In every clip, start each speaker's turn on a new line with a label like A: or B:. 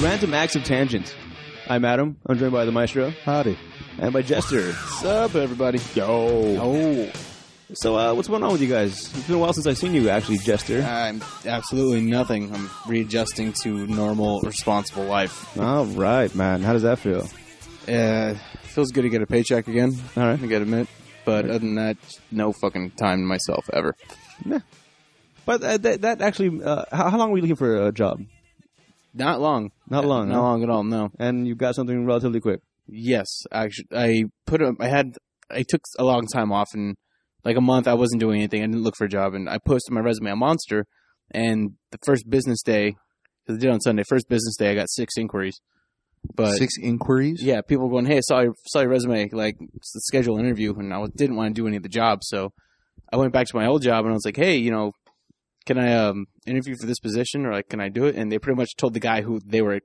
A: Phantom Acts of Tangent. I'm Adam. I'm joined by the Maestro
B: Howdy.
A: and by Jester. Sup, everybody. Yo.
B: Oh,
A: So, uh, what's going on with you guys? It's been a while since I've seen you, actually, Jester.
B: I'm absolutely nothing. I'm readjusting to normal, responsible life.
A: All right, man. How does that feel?
B: Uh, feels good to get a paycheck again.
A: All right.
B: I gotta admit. But other than that, no fucking time to myself ever.
A: But uh, that, that actually, uh, how, how long were you looking for a job?
B: Not long.
A: Not long,
B: Not
A: huh?
B: long at all. No.
A: And you got something relatively quick.
B: Yes, actually, I put up. I had. I took a long time off, and like a month, I wasn't doing anything. I didn't look for a job, and I posted my resume on Monster. And the first business day, because I did on Sunday, first business day, I got six inquiries. But
C: Six inquiries.
B: yeah, people going, "Hey, I saw your saw your resume. Like, s- schedule an interview." And I didn't want to do any of the jobs, so I went back to my old job, and I was like, "Hey, you know, can I um, interview for this position, or like, can I do it?" And they pretty much told the guy who they were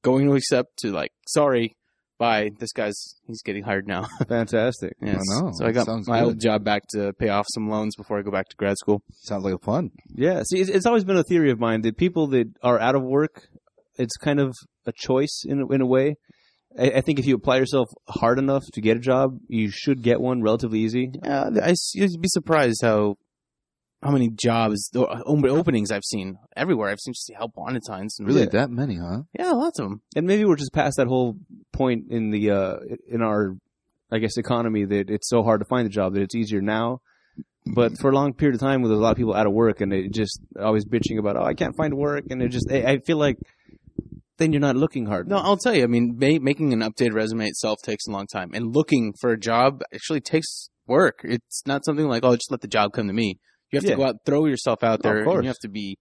B: going to accept to like, "Sorry, bye. This guy's he's getting hired now."
A: Fantastic.
B: yes.
C: know.
B: So I got
C: Sounds
B: my
C: good.
B: old job back to pay off some loans before I go back to grad school.
C: Sounds like a fun.
A: Yeah. See, it's, it's always been a theory of mine that people that are out of work, it's kind of a choice in, a- in a way. I, I think if you apply yourself hard enough to get a job, you should get one relatively easy.
B: Yeah, uh, I, s- you'd be surprised how how many jobs the o- openings I've seen everywhere. I've seen just how wanted signs and
C: Really,
B: Yeah.
C: that many, huh?
B: Yeah, lots of them.
A: and maybe we're just past that whole point in the uh, in our I guess economy that it's so hard to find a job that it's easier now. But for a long period of time, with a lot of people out of work and it just always bitching about, oh, I can't find work, and it just I, I feel like then you're not looking hard.
B: No, I'll tell you. I mean, ma- making an updated resume itself takes a long time, and looking for a job actually takes work. It's not something like, oh, just let the job come to me. You have
A: Yeah.
B: to go out, throw yourself out
A: Of
B: there,
A: course.
B: and you have to be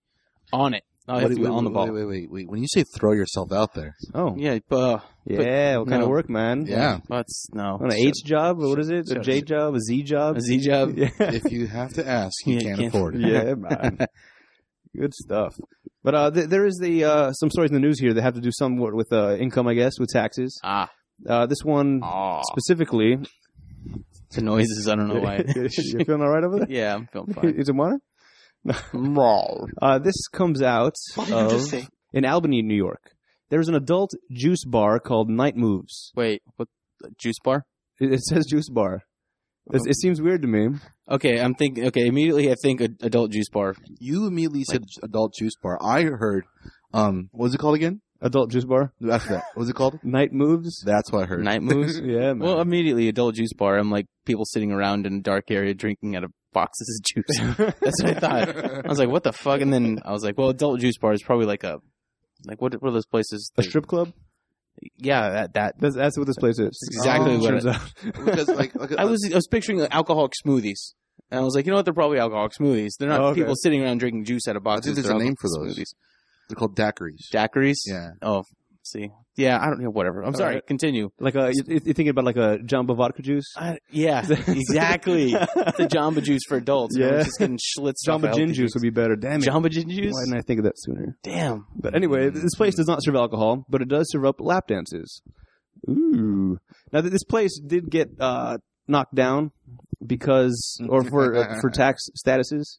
B: on it. Oh, you have
C: Wait,
B: to be
C: wait,
B: on the
C: wait,
B: ball.
C: Wait, wait, wait, wait. When you say throw yourself out there,
A: oh
B: Yeah, but uh,
A: yeah, what kind
B: no.
A: of work, man?
C: yeah.
B: that's no
A: on an H job, what is it? A
B: Sure.
A: J job, a Z job?
B: a Z job.
A: Yeah,
C: if you have to ask, you
B: Yeah,
C: can't,
B: can't-
C: afford it.
A: yeah, man. Good stuff. But uh, th- there is the uh, some stories in the news here that have to do somewhat with uh, income, I guess, with taxes.
B: Ah,
A: Uh, this one
B: oh,
A: specifically.
B: the noises. I don't know why.
A: you feeling all right over there?
B: yeah, I'm feeling fine.
A: Is it water? Uh, this comes out of, in Albany, New York. There's an adult juice bar called Night Moves.
B: Wait, what? Juice bar?
A: It, it says juice bar. It, it seems weird to me.
B: Okay, I'm thinking. Okay, immediately I think ad- adult juice bar.
C: You immediately said adult juice bar. I heard, um, what was it called again?
A: Adult juice bar,
C: After that, what was it called?
A: Night Moves.
C: That's what I heard.
B: Night moves.
A: Yeah, man.
B: well, immediately adult juice bar. I'm like people sitting around in a dark area drinking out of boxes of juice. That's what I thought. I was like, what the fuck? And then I was like, well, adult juice bar is probably like a like what? What are those places?
A: a
B: that-
A: strip club.
B: Yeah, Uh, that that.
A: That's, that's what this place is. Oh.
B: That's exactly what
A: turns
B: it-
A: out.
C: because like, like
B: I was I was picturing like, alcoholic smoothies. And I was like, you know what? They're probably alcoholic smoothies. They're not
A: Oh, okay.
B: people sitting around drinking juice out of boxes.
C: there's
B: They're
C: a name for
B: alcoholic
C: those. they're called daiquiris.
B: Smoothies. Daiquiris.
C: yeah.
B: Oh, see. Yeah, I don't know. Whatever. I'm sorry.
A: right.
B: Continue.
A: like a, you, you thinking about like a jamba vodka juice?
B: I, yeah, exactly. the Jamba Juice for adults. Yeah,
A: Yeah.
B: just getting schlitz. off
A: Jamba
B: of
A: gin
B: healthy
A: juice would be better. Damn it!
B: Jamba Gin Juice. Mm.
A: Why didn't I think of that sooner?
B: Damn.
A: But anyway, this place does not serve alcohol, but it does serve up lap dances. Ooh. Now th- this place did get uh, knocked down because, or for uh, for tax statuses.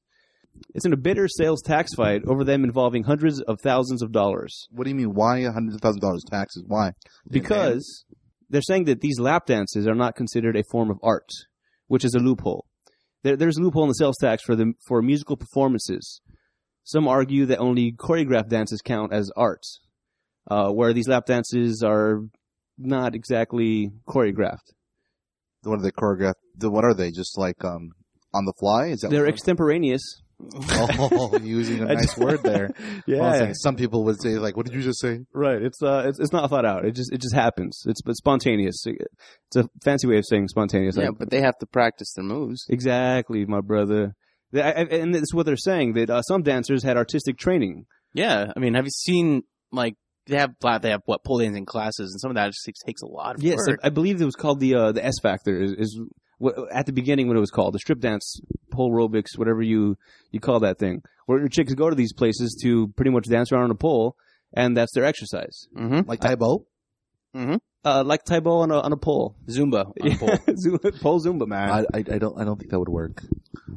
A: It's in a bitter sales tax fight over them involving hundreds of thousands of dollars
C: What do you mean? Why hundreds of thousands of dollars taxes? Why?
A: because they're saying that these lap dances are not considered a form of art, which is a loophole. There, there's a loophole in the sales tax for the for musical performances. Some argue that only choreographed dances count as art, uh, where these lap dances are not exactly choreographed.
C: what are they choreographed? The, what are they? Just like um on the fly? Is that
A: They're
C: what-
A: extemporaneous.
C: oh, using a
A: I
C: nice
A: d-
C: word there.
A: Yeah,
C: Well, it's like some people would say, like, what did you just say?
A: right. It's uh, it's, it's not thought out. It just it just happens. It's but spontaneous. It's a fancy way of saying spontaneous.
B: Yeah,
A: I-
B: but they have to practice their moves.
A: Exactly, my brother. They- I- I- And that's what they're saying that uh, some dancers had artistic training.
B: Yeah, I mean, have you seen like they have they have what pole dancing classes, and some of that just takes a lot of
A: Yes,
B: work.
A: I, I believe it was called the uh, the S Factor. Is, is what, at the beginning what it was called the strip dance, pole aerobics, whatever you you call that thing, where your chicks go to these places to pretty much dance around on a pole, and that's their exercise,
B: hmm
C: Like Taibo?
A: uh, like Taibo on a on a pole,
B: Zumba. On a pole.
A: Zumba- pole Zumba man.
C: I, I, I don't I don't think that would work.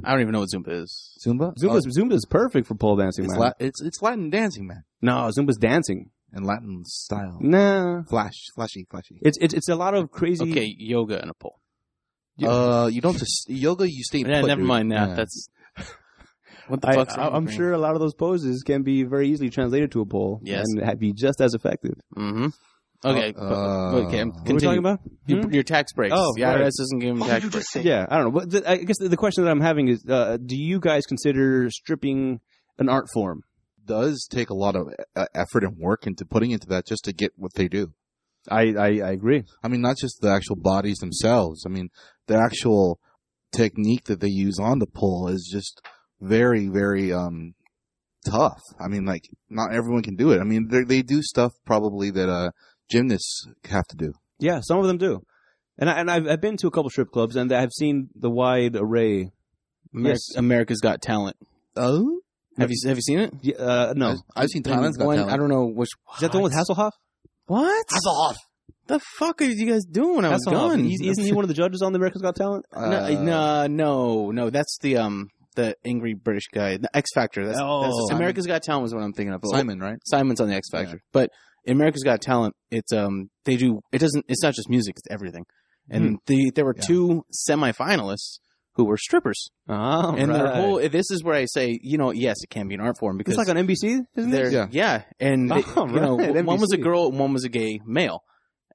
B: I don't even know what Zumba is.
C: Zumba?
B: uh,
A: Zumba's, Zumba's perfect for pole
C: Oh,
A: dancing,
C: it's,
A: man.
C: La- it's it's Latin dancing, man.
A: no, Zumba's dancing.
C: in Latin style.
A: Mm. Nah.
C: Flash, flashy, flashy.
A: It's, it's it's a lot of crazy.
B: Okay, yoga and a pole.
A: Yeah.
C: Uh, you don't just yoga. You stay.
B: Yeah,
C: put,
B: never
C: dude.
B: mind that.
C: Yeah.
B: That's what the
A: I,
B: fuck's
A: I, am sure a lot of those poses can be very easily translated to a pole.
B: Yes.
A: And ha- be just as effective.
B: Mm-hmm. Okay.
C: Uh,
B: but- okay. I'm-
C: what
A: What are we talking
B: continue.
A: about?
B: Your,
A: Hmm?
B: your tax breaks.
A: Oh,
B: the
A: right.
B: IRS doesn't give them
D: What did
B: tax
D: you
B: breaks.
D: just say?
A: Yeah, I don't know. But the, I guess the, the question that I'm having is, uh, do you guys consider stripping an art form?
C: does take a lot of uh, effort and work into putting into that just to get what they do.
A: I, I, I agree.
C: I mean, not just the actual bodies themselves. I mean, the actual technique that they use on the pole is just very, very um tough. I mean, like not everyone can do it. I mean, they they do stuff probably that uh gymnasts have to do.
A: Yeah, some of them do. And I, and I've, I've been to a couple strip clubs and I've seen the wide array.
B: Ameri-
A: Yes.
B: America's Got Talent.
C: Oh,
B: Have you have you seen it?
A: Yeah, uh, no,
C: I've,
A: is
C: I've seen Thailand's got
B: one,
C: talent.
B: I don't know which.
A: that the one with
B: What?
A: Hasselhoff?
B: What?
C: Hasselhoff.
B: The fuck are you guys doing when I was
A: Hasselhoff.
B: gone?
A: He's- Isn't he one of the judges on the America's Got Talent?
C: Uh,
B: no, no, no, no. That's the um the angry British guy, the X Factor. That's,
A: Oh.
B: that's
C: Simon.
B: America's Got Talent was what I'm thinking of.
C: Simon, right?
B: Simon's on the X Factor, but in America's Got Talent, it's um they do it doesn't it's not just music, it's everything. And the there were
C: Hmm. Yeah.
B: two semifinalists who were strippers,
A: Oh,
B: and their whole this is where I say you know yes it can be an art form because
A: It's like on NBC, isn't it?
B: they're yeah,
C: Yeah.
B: and they-
A: Oh,
B: you know
A: right,
B: one was a
A: NBC.
B: girl and one was a gay male,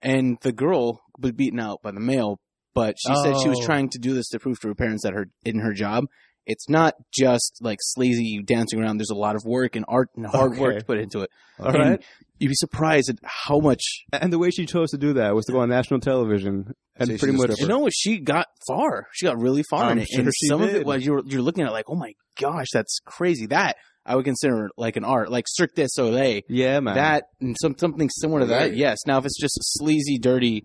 B: and the girl was beaten out by the male, but she said she was
A: Oh.
B: trying to do this to prove to her parents that her in her job. It's not just like sleazy dancing around. There's a lot of work and art and hard work
A: Okay.
B: to put into it.
A: All
B: And
A: right.
B: you'd be surprised at how much.
A: And the way she chose to do that was to go on national television and
C: Say she's
A: pretty
C: a
A: much
C: stripper.
B: You know, she got far. She got really far
A: I'm
B: in it.
A: sure
B: and
A: she
B: some of
A: did.
B: it, well, you're you're looking at it like, oh my gosh, that's crazy. That I would consider like an art, like Cirque du Soleil.
A: Yeah, man.
B: That and some something similar to that.
C: Right.
B: Yes. Now, if it's just sleazy, dirty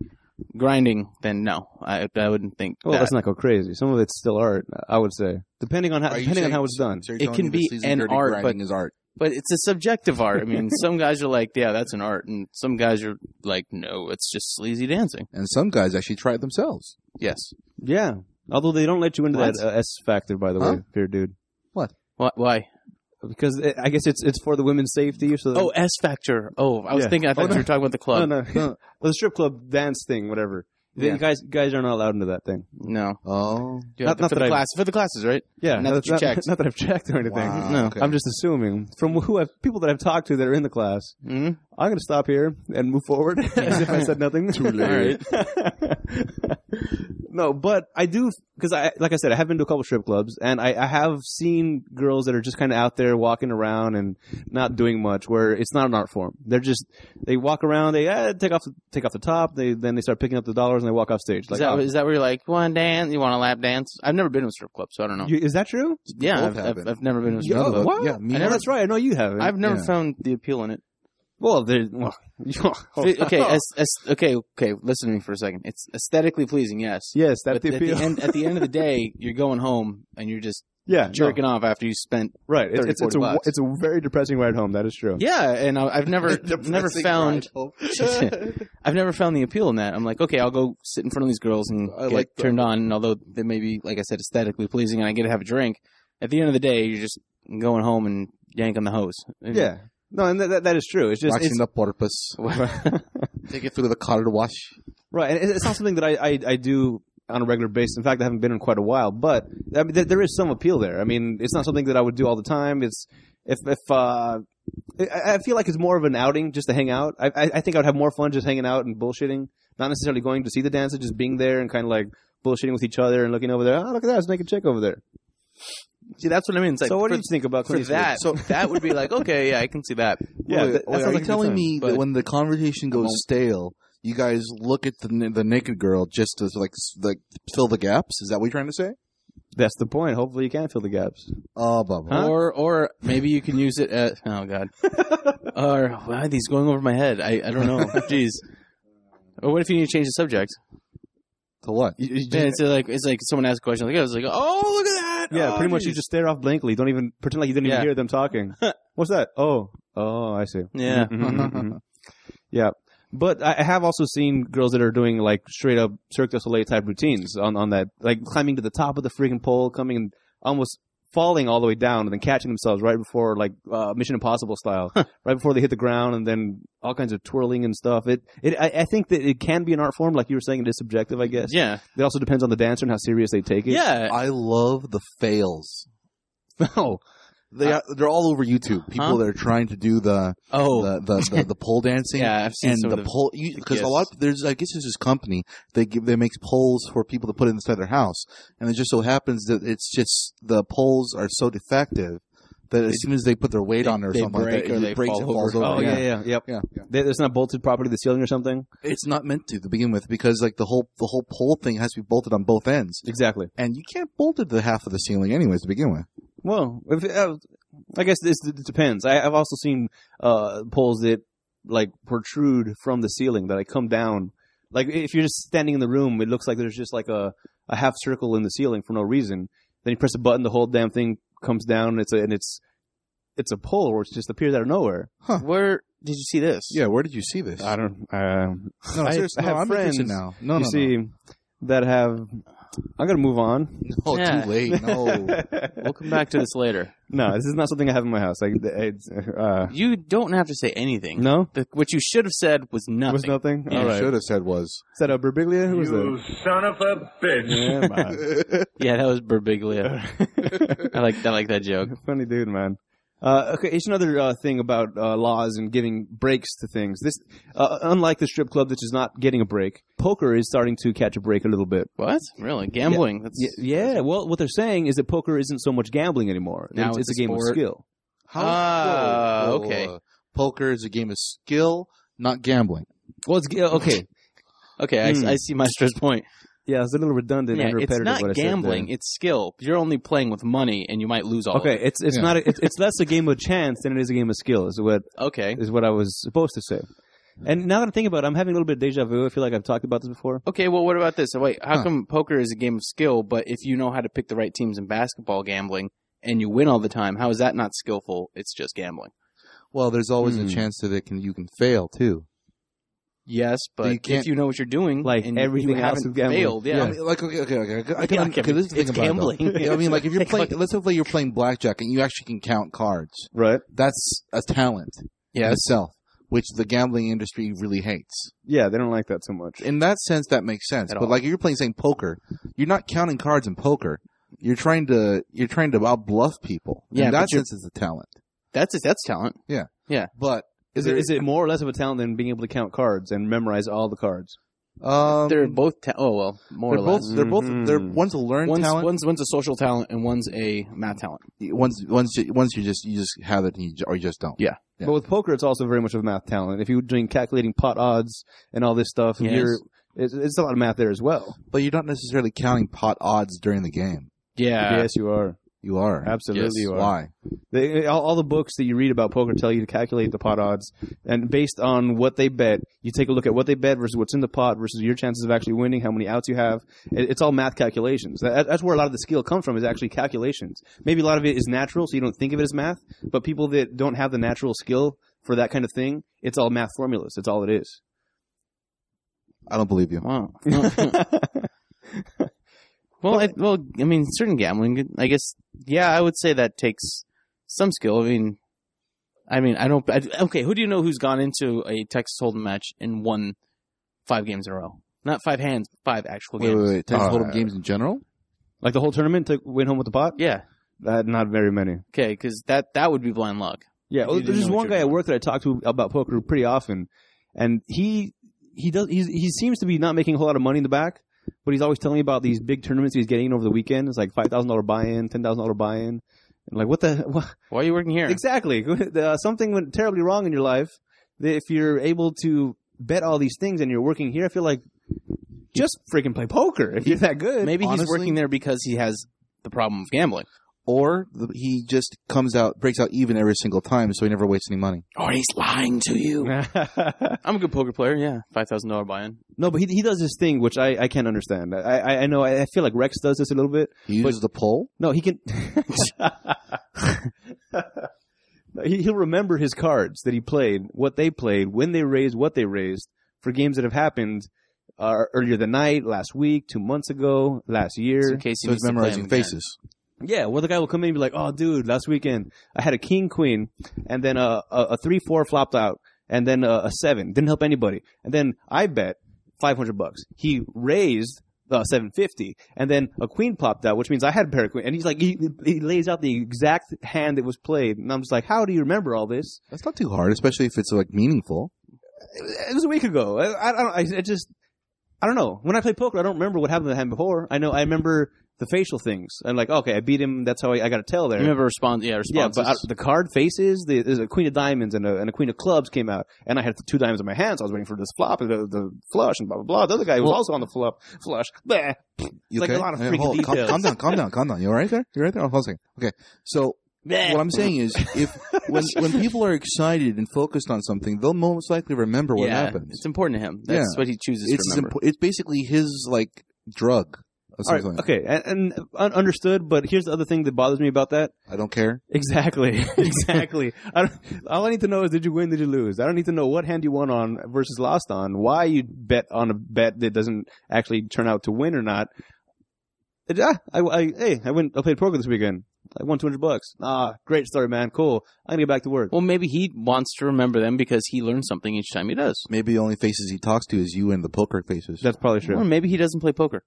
B: grinding, then no, I I wouldn't think
A: well,
B: that.
A: let's not go crazy. Some of it's still art, I would say, depending on how
C: Are you
A: depending on
C: saying-
A: how it's done.
C: So you're
B: It
C: telling
B: can
C: me this
B: be
C: season
B: an
C: dirty
B: art,
C: grinding is art.
B: but it's a subjective art. I mean, some guys are like, yeah, that's an art, and some guys are like, no, it's just sleazy dancing.
C: And some guys actually try it themselves.
B: Yes.
A: Yeah. Although they don't let you into
B: What?
A: that uh, S factor, by the
C: Huh?
A: way, fear dude,
B: Why? why?
A: because it, I guess it's it's for the women's safety. So that-
B: Oh, S Factor. Oh, I was
A: Yeah.
B: thinking. I thought
A: Oh, no.
B: you were talking about the club.
A: no, no, Well, the strip club dance thing, whatever. The
B: Yeah.
A: guys guys are not allowed into that thing.
B: No.
C: Oh,
B: Yeah,
A: Not-
B: for
A: not
B: the
A: that I-
B: class for the classes, right?
A: Yeah,
B: Not that you
A: not,
B: checked.
A: not that I've checked or anything.
C: Wow,
B: No,
C: okay.
A: I'm just assuming from who I've people that I've talked to that are in the class.
B: Mm-hmm.
A: I'm going to stop here and move forward as if I said nothing. Too
C: late.
A: no, but I do because I, like I said, I have been to a couple strip clubs and I, I have seen girls that are just kind of out there walking around and not doing much. Where it's not an art form. They're just they walk around. They eh, take off take off the top. They then they start picking up the dollars and they walk off stage.
B: is
A: Like,
B: that
A: oh,
B: is that where you're like one dance? You want a lap dance? I've never been to a strip club, so I don't know.
A: you- is that true?
B: yeah,
C: both
B: I've, I've,
C: happen.
B: I've never been to a strip
A: Yeah,
B: club.
A: what?
C: Yeah, me
A: I know
C: neither.
A: that's right. I know you haven't.
B: I've never
C: Yeah.
B: found the appeal in it.
A: well, there- well,
B: Fi- okay, as, as, okay, okay. Listen to me for a second. It's aesthetically pleasing, yes.
A: yes, that's
B: But
A: the
B: at, the
A: appeal.
B: end, at the end of the day, you're going home and you're just
A: yeah, no,
B: jerking off after you spent.
A: right. It's,
B: 30,
A: it's, it's
B: 40
A: a
B: bucks.
A: it's a very depressing ride home. That is true.
B: Yeah, and I, I've never never
C: Depressing
B: found
C: ride home.
B: I've never found the appeal in that. I'm like, okay, I'll go sit in front of these girls and
C: I
B: get
C: like that.
B: turned on. And although they may be, like I said, aesthetically pleasing, and I get to have a drink. At the end of the day, you're just going home and yank on the hose.
A: Yeah. No, and that, that, that is true. It's just
C: Waxing
A: it's,
C: the porpoise. Take it through the car wash.
A: right. And it- it's not something that I, I, I do on a regular basis. In fact, I haven't been in quite a while. But I mean, there, there is some appeal there. I mean, it's not something that I would do all the time. It's if if uh, I, I feel like it's more of an outing just to hang out. I, I I think I would have more fun just hanging out and bullshitting, not necessarily going to see the dancer, just being there and kind of like bullshitting with each other and looking over there. Oh, look at that, it's naked chick over there.
B: See, that's what I mean. It's like
A: so what do
B: for,
A: you think about
B: for
A: Clint Eastwood?
B: that? So that would be like, okay, yeah, I can see that.
A: Yeah,
C: Wait,
A: that, that
C: wait,
A: sounds like
C: are you
A: a good
C: telling
A: time.
C: me
B: but-
C: that when the conversation goes
B: I won't.
C: stale, you guys look at the n- the naked girl just to like s- like fill the gaps? Is that what you're trying to say?
A: that's the point. Hopefully, you can fill the gaps.
C: Oh, blah blah.
A: Huh?
B: Or or maybe you can use it at oh god. or why are these going over my head? I, I don't know. Jeez. Or what if you need to change the subject?
C: To what?
B: Man, it's like it's like someone asked a question like I was like, oh look at that.
A: Yeah,
B: Oh,
A: pretty much
B: geez.
A: you just stare off blankly. Don't even pretend like you didn't
B: Yeah.
A: even hear them talking. What's that? Oh, oh, I see.
B: Yeah.
A: Mhm, mhm. yeah. But I I have also seen girls that are doing like straight up Cirque du Soleil type routines on, on that, like climbing to the top of the freaking pole, coming and almost falling all the way down and then catching themselves right before, like uh, Mission Impossible style, right before they hit the ground, and then all kinds of twirling and stuff. It, it, I, I think that it can be an art form, like you were saying. It is subjective, I guess.
B: Yeah.
A: It also depends on the dancer and how serious they take it.
B: Yeah.
C: I love the fails.
A: Oh,
C: They are, they're all over YouTube. People
B: Huh?
C: that are trying to do the
B: Oh.
C: the, the, the, the pole dancing.
B: yeah. I've seen
C: And
B: some
C: the,
B: of the
C: pole, because a
B: Yes.
C: lot of, there's, I guess it's this company, they give, they makes poles for people to put inside their house. And it just so happens that it's just, the poles are so defective that as soon as they put their weight
B: they-
C: on it or
B: they
C: something like
B: break
C: that,
B: or
C: it
B: they
C: breaks
B: fall
C: and falls
B: over.
C: over.
A: oh yeah, yeah, yep.
C: Yeah, yeah.
A: They- It's not bolted properly to the ceiling or something.
C: It's not meant to, to begin with, because like the whole, the whole pole thing has to be bolted on both ends.
A: Exactly.
C: And you can't bolt it to the half of the ceiling anyways to begin with.
A: Well, if, uh, I guess this it depends. I, I've also seen uh, poles that like protrude from the ceiling that I come down. Like if you're just standing in the room, it looks like there's just like a, a half circle in the ceiling for no reason. Then you press a button, the whole damn thing comes down. And it's a, and it's it's a pole where it just appears out of nowhere.
B: Where did you see this?
C: Yeah, where did you see this?
A: I don't. Um,
C: no,
A: I- I
C: seriously, no,
A: have
C: I'm interested
A: friends.
C: now. No,
A: you
C: no,
A: see that have. I'm gonna move on.
C: no. Oh,
B: Yeah.
C: too late. No.
B: We'll come back to this later.
A: no, this is not something I have in my house. Like, it's, uh,
B: You don't have to say anything.
A: no,
B: The, what you should have said was nothing.
A: it was nothing.
B: Yeah.
A: All right.
C: should have said was.
A: Is that a Berbiglia? Who was
D: You
A: that?
D: son of a bitch.
A: Yeah, man.
B: Yeah, that was Berbiglia. I like I like that joke.
A: Funny dude, man. Uh, okay, it's another uh, thing about uh, laws and giving breaks to things. This, uh, unlike the strip club, which is not getting a break, poker is starting to catch a break a little bit.
B: What? Really? Gambling? That's
A: Yeah, yeah. Well, what they're saying is that poker isn't so much gambling anymore.
B: Now
A: it's,
B: it's
A: it's a
B: a
A: game of
B: sport.
A: skill. Uh,
B: Ah,
C: Whoa, whoa,
B: okay.
C: whoa. oh, uh, Poker is a game of skill, not gambling.
A: Well, it's okay.
B: okay. I,
A: Hmm.
B: I see Master's point.
A: yeah, it's a little redundant
B: Yeah,
A: and
B: it's
A: repetitive.
B: not
A: what I said there.
B: gambling. It's skill. You're only playing with money, and you might lose all.
A: Okay, it's it's
C: Yeah.
A: not a, it's, it's less a game of chance than it is a game of skill. Is what
B: Of it. Okay.
A: is what I was supposed to say. And now that I think about it, I'm having a little bit of deja vu. I feel like I've talked about this before.
B: Okay. Well, what about this? So wait, how
C: Huh.
B: come poker is a game of skill, but if you know how to pick the right teams in basketball gambling and you win all the time, how is that not skillful? It's just gambling.
C: Well, there's always
A: Hmm.
C: a chance that it can you can fail too.
B: Yes, but
C: you
B: if
C: can't-
B: you know what you're doing,
A: Like
B: and you-
A: everything
B: you
A: else
B: haven't
A: of gambling.
B: failed. Yeah.
C: I mean, like okay, okay, okay. I
B: Yeah,
C: can,
B: okay,
C: okay, this is the
B: it's
C: thing about it, though.
B: gambling.
C: Yeah, I mean, like if you're
B: Like,
C: playing,
B: like-
C: let's say like you're playing blackjack and you actually can count cards.
A: Right.
C: That's a talent in itself, which the gambling industry really hates.
A: Yeah, they don't like that so much.
C: In that sense, that makes sense.
B: At
C: But
B: all.
C: like if you're playing, saying poker, you're not counting cards in poker. You're trying to you're trying to out bluff people.
B: Yeah,
C: in
B: but
C: that
B: you're-
C: sense, it's a talent.
B: That's that's talent.
C: But
A: Is it, is it more or less of a talent than being able to count cards and memorize all the cards?
C: um,
B: they're both ta- oh well, more
C: they're
B: or
C: both
B: less. Mm-hmm.
C: they're both
A: Mhm.
C: they're one's a learned
B: One's,
C: talent.
B: one's one's a social talent and one's a math talent.
C: Once once you- once you just you just have it and you, ju- or you just don't.
B: Yeah.
C: Yeah.
A: But with poker, it's also very much of a math talent. If you're doing calculating pot odds and all this stuff,
B: Yes.
A: you're it's, it's a lot of math there as well.
C: But you're not necessarily counting pot odds during the game.
B: Yeah,
A: yes, you are.
C: You are
A: Absolutely,
B: Uh, Yes.
A: you are.
C: Why?
A: They, all, all the books that you read about poker tell you to calculate the pot odds, and based on what they bet, you take a look at what they bet versus what's in the pot versus your chances of actually winning, how many outs you have. It, it's all math calculations. That, that's where a lot of the skill comes from is actually calculations. Maybe a lot of it is natural, so you don't think of it as math. But people that don't have the natural skill for that kind of thing, it's all math formulas. It's all it is.
C: I don't believe you.
B: Wow. well, I, well, I mean, certain gambling. I guess, yeah, I would say that takes some skill. I mean, I mean, I don't. I, okay, who do you know who's gone into a Texas Hold'em match and won five games in a row? Not five hands, five actual
C: Wait,
B: games.
C: wait, wait. Texas
A: Uh,
C: Hold'em games in general.
A: Like the whole tournament to win home with the pot.
B: Yeah.
A: Uh, not very many.
B: Okay, because that that would be blind luck.
A: Yeah,
B: You
A: well,
B: didn't
A: there's
B: know
A: just
B: what
A: one
B: you were
A: guy at
B: doing.
A: work that I talk to about poker pretty often, and he he does he's, he seems to be not making a whole lot of money in the back, but he's always telling me about these big tournaments he's getting in over the weekend. It's like five thousand dollar buy in, ten thousand dollar buy in, and like what the what?
B: Why are you working here?
A: exactly uh, something went terribly wrong in your life. that If you're able to bet all these things and you're working here, I feel like just freaking play poker if you're that good.
B: Maybe he's
C: Honestly-
B: working there because he has the problem of gambling.
C: Or the, he just comes out breaks out even every single time, so he never wastes any money.
B: Or he's lying to you. I'm a good poker player. Yeah, five thousand dollar buy-in.
A: no, but he he does this thing which I I can't understand. I I, I know I, I feel like Rex does this a little bit.
C: He uses the pole.
A: No, he can. No, he- He'll remember his cards that he played, what they played, when they raised, what they raised for games that have happened uh, earlier the night, last week, two months ago, last
B: So
A: year.
B: in case he
C: So
B: needs
C: he's
B: to play
C: memorizing
B: him again.
C: faces.
A: Yeah, well, the guy will come in and be like, "Oh, dude, last weekend I had a king queen, and then a a, a three four flopped out, and then a, a seven didn't help anybody, and then I bet five hundred bucks. He raised uh, seven fifty, and then a queen popped out, which means I had a pair of queen. And he's like, he, he lays out the exact hand that was played, and I'm just like, how do you remember all this?
C: That's not too hard, especially if it's like meaningful.
A: It was a week ago. I, I don't. I, I just. I don't know. When I play poker, I don't remember what happened to the hand before. I know. I remember the facial things. I'm like, okay, I beat him. That's how I, I got to tell there.
B: You never respond. Yeah,
A: Yeah,
B: responses.
A: but I, the card faces, the, there's a queen of diamonds and a, and a queen of clubs came out, and I had two diamonds in my hands. I was waiting for this flop, and the, the flush, and blah blah blah. The other guy was also on the flop, flush. Bleh.
C: You
A: Like a
C: okay?
A: lot of
C: Hey,
A: freaking
C: hold- calm,
A: details.
C: calm down, calm down, calm down. You all right there? You right there? Oh, hold on a second. Okay, so
A: bleh.
C: what I'm saying is, if when when people are excited and focused on something, they'll most likely remember what
B: yeah,
C: happens.
B: it's important to him. That's
C: Yeah.
B: what he chooses
C: It's
B: to remember.
C: impo- it's basically his like drug. or
A: All right,
C: something.
A: okay, and, and un- understood. But here's the other thing that bothers me about that.
C: I don't care.
A: Exactly, exactly. I don't, all I need to know is did you win, did you lose. I don't need to know what hand you won on versus lost on, why you bet on a bet that doesn't actually turn out to win or not. It- ah, I, I- hey, I went, I played poker this weekend. I won two hundred bucks. Ah, great story, man. Cool. I'm gonna get back to work.
B: well, maybe he wants to remember them because he learns something each time he does.
C: Maybe the only faces he talks to is you and the poker faces.
A: That's probably
B: Or
A: true.
B: maybe he doesn't play poker.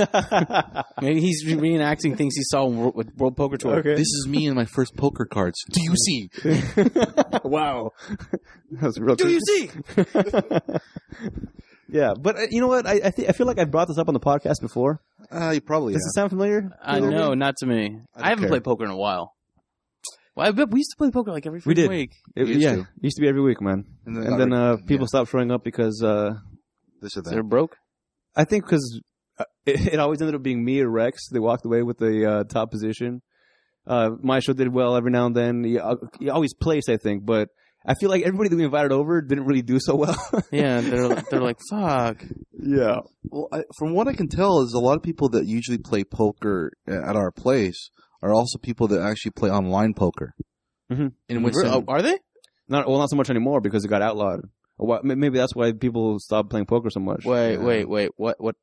A: okay.
B: Maybe he's re- reenacting things he saw on World, with World Poker Tour.
C: this is me and my first poker cards. Do you see?
A: wow. that was real.
B: Do you see?
A: yeah, but uh, you know what? I I, thi- I feel like I brought this up on the podcast before.
C: Uh, you probably.
A: Does it sound familiar?
B: I
A: Either of you?
B: know, not to me.
C: I
B: I,
C: don't
B: haven't
C: care.
B: played poker in a while. Well, I bet we used to play poker like every
A: We
B: freaking
A: did.
B: week.
A: It,
C: It used
A: yeah,
C: to.
A: it used to be every week, man.
C: And
A: And then uh, people stopped showing up because uh,
C: this or
B: They're
C: that.
B: broke.
A: I think because it, it always ended up being me or Rex. They walked away with the uh, top position. Uh, my show did well every now and then. He, uh, he always placed, I think, but I feel like everybody that we invited over didn't really do so well.
B: Yeah, they're they're like fuck.
A: yeah,
C: Well, I, from what I can tell, is a lot of people that usually play poker at our place are also people that actually play online poker.
A: Mhm.
C: In which
B: Re-
C: sense-
B: oh, are they?
A: not well, not so much anymore because it got outlawed. Or why- m- Maybe that's why people stopped playing poker so much.
B: Wait,
C: Yeah.
B: wait, wait. What? What?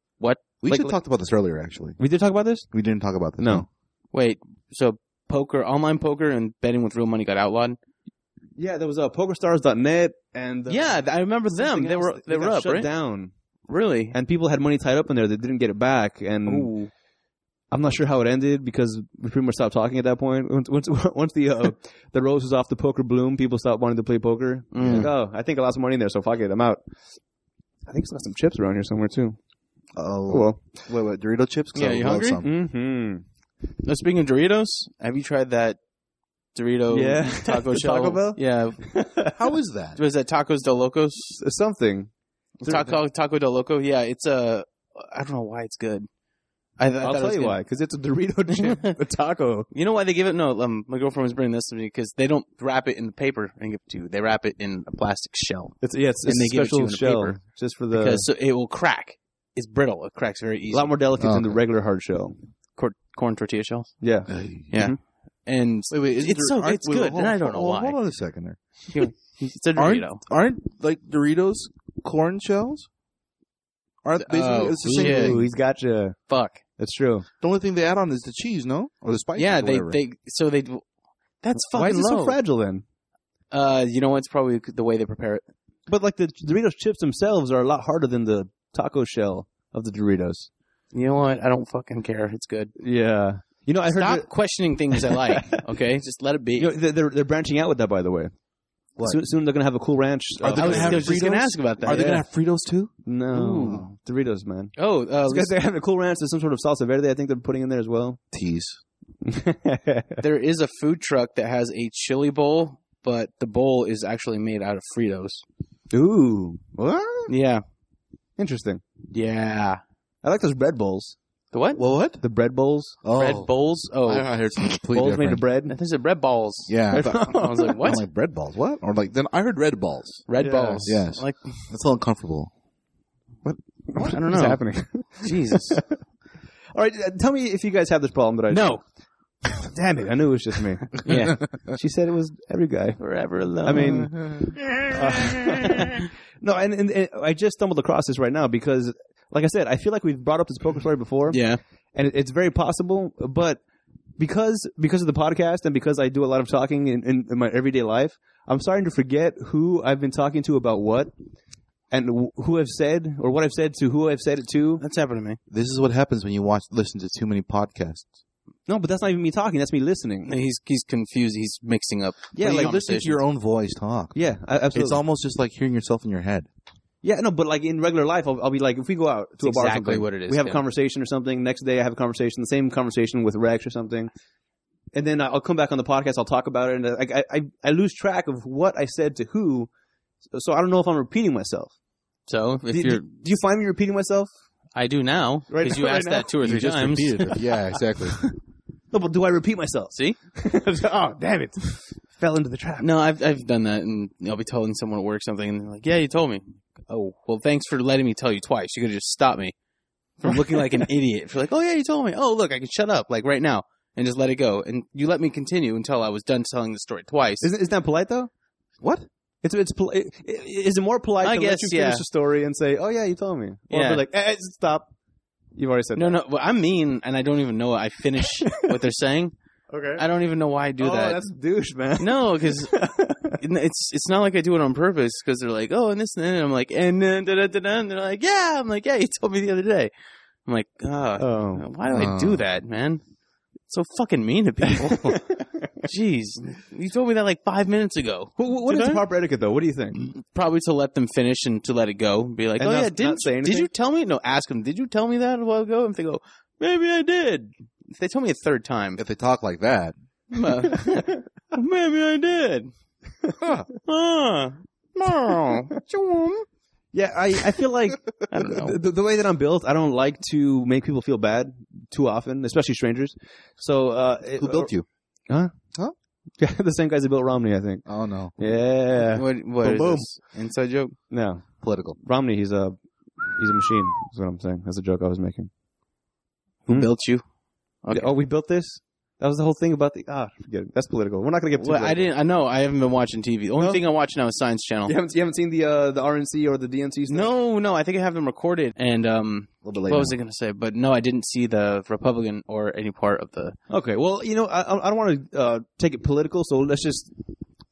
C: we
A: like-
C: should have talked about this earlier. Actually,
A: We did talk about this.
C: we didn't talk about this.
A: No.
B: Wait. So poker, online poker, and betting with real money got outlawed.
A: Yeah, there was uh, PokerStars.net and uh,
B: yeah, I remember them.
A: something
B: They
A: else
B: were
A: that-
B: they
A: that
B: were
A: got
B: up,
A: shut
B: right?
A: Down.
B: Really?
A: and people had money tied up in there that didn't get it back and
C: Mm.
B: Ooh.
A: i'm not sure how it ended because we pretty much stopped talking at that point once once, once the uh, the rose was off the poker bloom people stopped wanting to play poker
B: Mm.
A: like, oh i think i lost some money in there so fuck it i'm out i think still got some chips around here somewhere too
C: Oh,
A: oh well
C: wait, wait, Dorito chips. 'Cause
B: Yeah,
C: I would
B: you
C: love
B: hungry?
C: some.
A: mm-hmm
B: Now, speaking of Doritos, have you tried that Dorito
A: Yeah.
B: taco
A: The
B: shell?
A: Taco Bell?
B: Yeah.
C: How is that?
B: Was that Tacos Del Locos?
A: something
B: Taco Taco Del Loco? Yeah, it's a. I don't know why it's good. I, I
A: i'll
B: thought it
A: tell
B: was
A: you
B: good.
A: why because it's a dorito chip a taco
B: You know why they give it? No, um, my girlfriend was bringing this to me because they don't wrap it in the paper and give it to you. They wrap it in a plastic shell
A: it's yeah it's,
B: And
A: it's
B: they
A: a
B: give it to
A: special
B: you in a
A: shell
B: paper.
A: just for the
B: because so it will crack. It's brittle. It cracks very easily.
A: a lot more delicate
C: Oh,
A: than the
C: okay.
A: regular hard shell
B: Cor- corn tortilla shells.
A: yeah
C: Wait,
B: Yeah,
A: Mhm.
B: and
C: wait,
B: It's
C: isn't
B: so-
C: aren't-
B: it's good,
C: hold
B: and
C: on,
B: I don't know
C: hold on,
B: why.
C: Hold on a second there.
B: it's a
C: Aren't-
B: Dorito.
C: Aren't like Doritos corn shells? Aren't basically
B: Oh,
C: it's the same
B: yeah.
A: Ooh,
C: thing.
A: he's got you
B: Fuck.
A: that's true
C: The only thing they add on is the cheese, no, or the spice.
B: yeah,
C: or
B: they
C: whatever.
B: they so they. do- That's fucking
A: why is it
B: low.
A: so fragile then
B: Uh, you know what? It's probably the way they prepare it.
A: But like the Doritos chips themselves are a lot harder than the taco shell of the Doritos.
B: You know what? I don't fucking care. It's good.
A: Yeah. You know, I
B: Stop
A: heard that-
B: questioning things I like. Okay, just let it be.
A: you know, they're- they're they're branching out with that, by the way.
C: What?
A: Soon, soon they're gonna have a cool ranch.
C: Are they
B: I
A: uh,
B: was,
C: gonna have
B: I was just Oh, gonna
C: Fritos?
B: ask about that.
C: are they
B: Yeah.
C: gonna have Fritos too?
A: no
B: Ooh.
A: Doritos, man.
B: Oh, uh,
A: It's got- They're having a cool ranch. There's some sort of salsa verde. I think they're putting in there as well.
C: Tease.
B: there is a food truck that has a chili bowl, but the bowl is actually made out of Fritos.
A: Ooh, what?
B: Yeah,
A: Interesting.
B: yeah.
A: I like those bread bowls.
B: The what?
C: Well, what?
A: The bread bowls.
C: Oh,
B: Bread bowls. Oh,
C: I, I heard something completely
A: bowls made
C: different.
A: of bread.
B: there's a bread balls.
C: yeah, I,
A: Bread
C: thought,
B: I was like, what?
C: I'm like bread balls. What? Or like then I heard red balls.
B: Red
A: Yeah.
B: balls.
C: Yes.
B: Like
C: That's a little uncomfortable.
B: I don't
A: What's
B: know.
A: happening?
B: Jesus.
A: All right, uh, tell me if you guys have this problem that I
B: no.
A: Damn it! I knew it was just me.
B: Yeah.
A: she said it was every guy.
B: Forever alone.
A: I mean, Uh, no, and, and, and I just stumbled across this right now because, like I said, I feel like we've brought up this poker story before,
B: yeah.
A: and it, it's very possible. But because because of the podcast and because I do a lot of talking in, in, in my everyday life, I'm starting to forget who I've been talking to about what, and wh- who I've said or what I've said to who I've said it to.
B: That's happened to me.
C: This is what happens when you watch, listen to too many podcasts.
A: No, but that's not even me talking. That's me listening.
B: He's he's confused. He's mixing up.
A: Yeah,
C: But
A: like
C: you listen to your own voice talk.
A: Yeah, I- absolutely.
C: It's almost just like hearing yourself in your head.
A: yeah, no, but like in regular life, I'll, I'll be like, if we go out to a
B: It's
A: bar, or
B: exactly
A: something,
B: what it is,
A: We have
B: yeah.
A: a conversation or something. Next day, I have a conversation, the same conversation with Rex or something, and then I'll come back on the podcast. I'll talk about it, and I I, I, I lose track of what I said to who. So I don't know if I'm repeating myself.
B: So if
A: Do, do-
B: you're,
A: do you find me repeating myself?
B: I do now
A: Right
B: because
A: now-
B: you
A: right
B: asked
A: now.
B: that two or
C: You
B: three
C: just
B: times.
C: repeated it. Yeah, exactly.
A: No, but do I repeat myself?
B: See?
A: oh, damn it! Fell into the trap.
B: No, I've I've done that, and I'll be telling someone at work something, and they're like, "Yeah, you told me." Oh, well, thanks for letting me tell you twice. You could have just stopped me from looking like an idiot. For like, "Oh yeah, you told me." Oh, look, I can shut up like right now and just let it go, and you let me continue until I was done telling the story twice.
A: Isn't, isn't that polite though?
C: what?
A: It's it's poli- i- i- is it more polite
B: I
A: to
B: guess,
A: let you
B: yeah.
A: finish the story and say, "Oh yeah, you told me," or
B: Yeah.
A: be like, eh, eh, "Stop, you've already said
B: No, no, well, I'm mean, and I don't even know. I finish what they're saying.
A: that." Okay,
B: I don't even know why I do
A: oh,
B: that.
A: That's douche, man.
B: No, because it's it's not like I do it on purpose. Because they're like, oh, and this and then and I'm like, and then da da da da. And they're like, yeah. I'm like, yeah. You told me the other day. I'm like, ah,
A: Oh,
B: why do I
C: Oh.
B: do that, man? So fucking mean to people. Jeez, you told me that like five minutes ago.
A: what, what- what
B: Did
A: is
B: I?
A: proper etiquette though? What do you think?
B: Probably to let them finish and to let it go. Be like,
A: And
B: oh
A: not-
B: yeah,
A: not
B: didn't
A: say
B: Did
A: anything?
B: you tell me? No, ask them. Did you tell me that a while ago? And if they go, maybe I did. If they tell me a third time,
C: If they talk like that,
B: Uh, maybe I did. Huh. Huh. No. Chum.
A: Yeah, I, I feel like
B: I don't know.
A: the, the way that I'm built, I don't like to make people feel bad too often, especially strangers. So uh, it-
C: who built you?
A: the same guys that built Romney, I think.
C: Oh no,
A: Yeah,
B: What, what
A: Boom,
B: is
A: boom.
B: this? Inside joke?
A: no.
C: political.
A: Romney, he's a he's a machine. Is what I'm saying. That's a joke I was making.
B: Who
A: Hmm?
B: built you? Okay.
A: Oh, we built this. That was the whole thing about the ah. Forget it. That's political. We're not gonna get. Too
B: Well, I
A: political.
B: didn't. I know. I haven't been watching TV. The only
A: No?
B: thing I watch now is Science Channel.
A: You haven't you haven't seen the uh, the RNC or the DNC? Stuff?
B: No, no. I think I have them recorded. And um,
C: A little bit
B: what was I going to say? But no, I didn't see the Republican or any part of the.
A: Okay. Well, you know, I, I I don't want to uh, take it political, so let's just.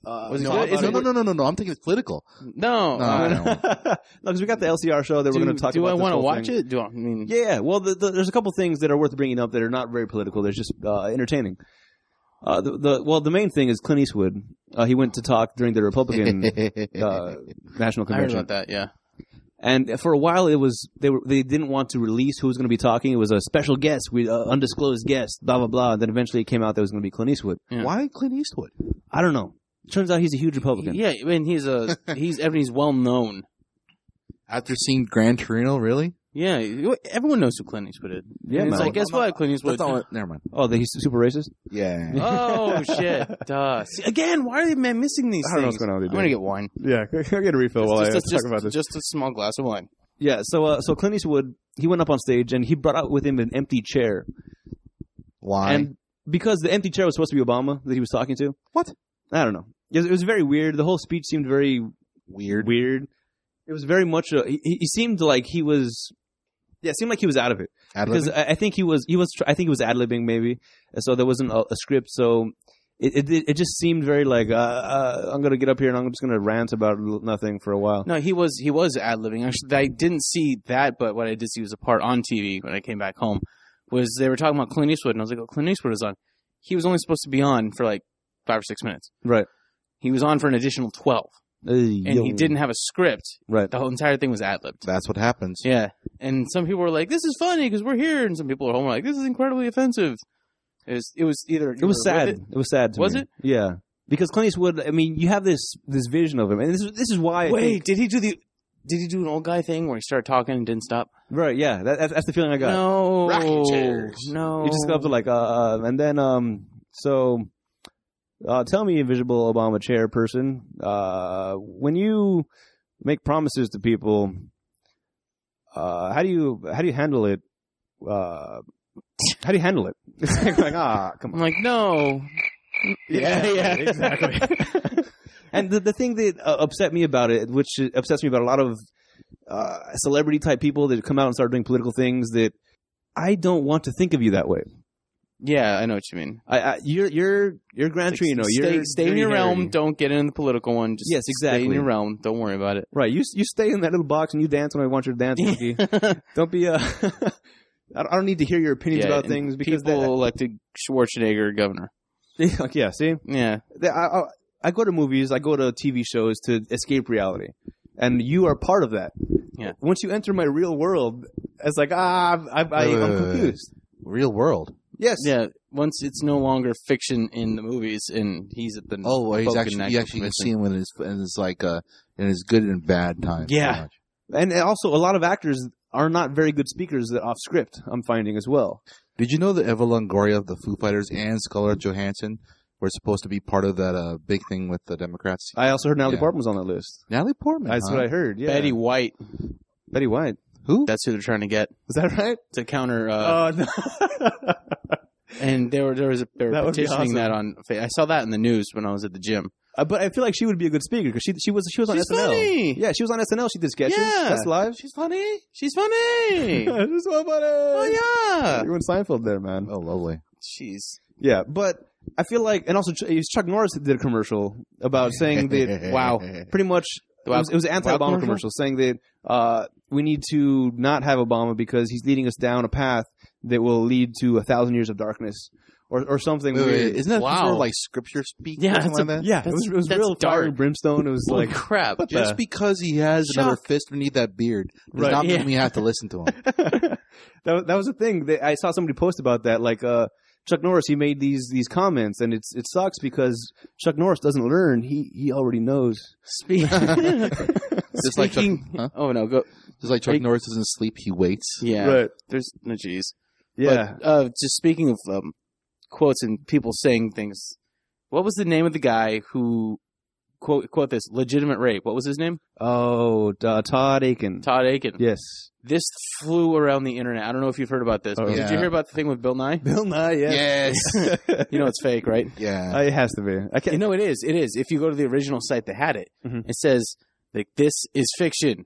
A: Uh,
B: Was it
A: no,
B: good?
A: I'm-
B: Is
C: no,
B: it-
C: no, no, no, no, no. I'm thinking it's political.
B: No.
C: No,
B: uh,
C: I
A: no, because we got the LCR show that
B: do,
A: we're going to talk
B: do
A: about.
B: I
A: this
B: want to
A: whole
B: watch
A: thing.
B: it? Do I, I mean?
A: Yeah, yeah. Well, the, the, there's a couple things that are worth bringing up that are not very political. They're just uh, entertaining. Uh, the, the well, the main thing is Clint Eastwood. Uh, he went to talk during the Republican uh, National
B: I heard
A: Convention.
B: about that. Yeah.
A: And for a while, it was they were they didn't want to release who was going to be talking. It was a special guest, we uh, undisclosed guest, blah blah blah. And then eventually, it came out that it was going to be Clint Eastwood.
B: Yeah.
C: Why
A: uh,
C: Clint Eastwood?
A: I don't know. Turns out he's a huge Republican.
B: Yeah. I mean, he's a he's I mean, he's well known.
C: After seeing Gran Torino, really?
B: Yeah, you- everyone knows who Clint Eastwood is.
A: Yeah,
B: And it's
A: man.
B: like, guess what, Clint Eastwood?
C: never mind.
A: Oh, that he's super racist.
C: Yeah.
B: oh shit, duh. See, again, why are men missing these
A: I don't know
B: things?
A: what's going on with
B: I'm
A: you,
B: gonna get wine.
A: Yeah, I'll get a refill
B: just, just- just a small glass of wine.
A: Yeah, so uh, so Clint Eastwood he went up on stage and he brought out with him an empty chair,
C: Why?
A: and because the empty chair was supposed to be Obama that he was talking to.
C: What?
A: I don't know. It was, it was very weird. The whole speech seemed very
C: Weird.
A: weird. It was very much. A, he, he seemed like he was. Yeah, it seemed like he was out of it because
C: Ad-libbing?
A: I, I think he was. He was. tr- I think he was ad libbing maybe. So there wasn't a, a script. So it, it it just seemed very like uh, uh, I'm gonna get up here and I'm just gonna rant about l- nothing for a while.
B: No, he was he was ad libbing. Actually, I didn't see that, but what I did see was a part on TV when I came back home. Was they were talking about Clint Eastwood, and I was like, "Oh, Clint Eastwood is on." He was only supposed to be on for like five or six minutes.
A: Right.
B: He was on for an additional twelve, and he didn't have a script.
A: Right.
B: The whole entire thing was ad libbed.
C: That's what happens.
B: Yeah, and some people were like, "This is funny because we're here," and some people at home were like, "This is incredibly offensive." It was, it was either
A: It was sad. It. was sad. To
B: Was
A: me.
B: it?
A: Yeah. Because Clint Eastwood, I mean, you have this this vision of him, and this is this is why. I
B: Wait,
A: think-
B: did he do the? Did he do an old guy thing where he started talking and didn't stop?
A: right? Yeah, that, that's, that's the feeling I got.
B: No,
C: Rocking chairs.
B: no.
A: You just go up to like, uh, uh, and then um, so, uh, tell me, invisible Obama chairperson, uh, when you make promises to people, uh, how do you how do you handle it? Uh, how do you handle it? It's like, like, ah, come on.
B: I'm like, no. Yeah, yeah.
A: exactly. and the the thing that uh, upset me about it, which upsets me about a lot of uh, celebrity type people that come out and start doing political things, that I don't want to think of you that way.
B: Yeah, I know what you mean.
A: I, I you're you're you're Gran Torino.
B: stay
A: You're
B: stay in your
A: Dirty Harry.
B: realm. Don't get in the political one. Just
A: Yes,
B: Stay in
A: exactly.
B: your realm. Don't worry about it.
A: Right. You you stay in that little box and you dance when I want you to dance, Mookie. don't be uh, I don't- I don't need to hear your opinions
B: Yeah,
A: about
B: and
A: things because
B: people elected Schwarzenegger governor.
A: that, like, yeah, see,
B: Yeah,
A: That- I, I, I go to movies, I go to TV shows to escape reality, and you are part of that.
B: Yeah.
A: Once you enter my real world, it's like ah, I'm, I'm, I,
C: Wait, wait,
A: I'm
C: wait, wait.
A: confused.
C: Real world.
A: Yes.
B: Uh. yeah. Once it's no longer fiction in the movies, and he's at the
C: Oh, well, he's
B: Spoken
C: actually
B: actual
C: you actually can
B: convincing.
C: see him in his in his like uh in his good and bad times. pretty
B: Yeah.
C: much.
A: And also, a lot of actors are not very good speakers that off script. I'm finding as well.
C: Did you know that Eva Longoria of the Foo Fighters and Scarlett Johansson were supposed to be part of that uh, big thing with the Democrats?
A: I also heard Natalie
C: Yeah.
A: Portman was on that list.
C: Natalie Portman.
A: That's
C: huh?
A: what I heard. Yeah.
B: Uh-huh. Betty White.
A: Betty White.
C: Who?
B: That's who they're trying to get
A: Is that right?
B: to counter. Uh,
A: Oh no.
B: and there were there was a, they were
A: That would be
B: petitioning
A: awesome.
B: that on. Fa- I saw that in the news when I was at the gym.
A: Uh, but I feel like she would be a good speaker because she she was she was on
B: She's
A: SNL.
B: funny.
A: Yeah, she was on SNL. She did sketches.
B: Yeah.
A: That's live.
B: She's funny. She's funny.
A: This is my buddy.
B: oh yeah.
A: You're in Seinfeld there, man.
C: Oh, lovely.
B: Jeez.
A: Yeah, but I feel like, and also Ch- it was Chuck Norris that did a commercial about saying that
B: wow.
A: pretty much
B: Wow.
A: it was, it was an anti-Obama
B: Wow
A: commercial?
B: commercial?
A: saying that uh, we need to not have Obama because he's leading us down a path that will lead to a thousand years of darkness or or something.
C: Wait, wait,
A: weird.
C: wait, isn't that
B: Wow.
C: sort of like scripture speak?
B: Yeah,
C: or something
B: it's a-
C: like that?
A: yeah, it was, it was
B: That's
A: real fire
B: dark.
A: and brimstone. It was
B: Holy
A: like
B: crap.
A: what
C: Just
A: the-
C: because he has
B: Shock.
C: another fist beneath that beard does
A: Right,
C: not mean
B: yeah.
C: we have to listen to him.
A: that, that was the thing that I saw somebody post about that. Like uh, Chuck Norris, he made these these comments, and it's it sucks because Chuck Norris doesn't learn. He he already knows.
B: Speak-
C: Just like Chuck,
B: Speaking.
C: huh?
B: Oh no. Go.
C: just like Chuck
B: Hey.
C: Norris doesn't sleep, he waits.
B: Yeah.
A: Right.
B: There's no. Jeez.
A: Yeah.
B: But, uh, just speaking of um, quotes and people saying things, what was the name of the guy who quote quote this legitimate rape? What was his name?
A: oh, uh, Todd Aiken.
B: Todd Aiken.
A: Yes.
B: This flew around the internet. I don't know if you've heard about this.
A: Oh,
B: but Did
C: yeah.
B: you hear about the thing with Bill Nye?
A: Bill Nye. Yeah.
C: Yes.
B: You know it's fake, right?
C: yeah.
A: it has to be. I
B: You
A: can't.
B: know it is. It is. If you go to the original site that had it,
A: Mhm.
B: it says like this is fiction,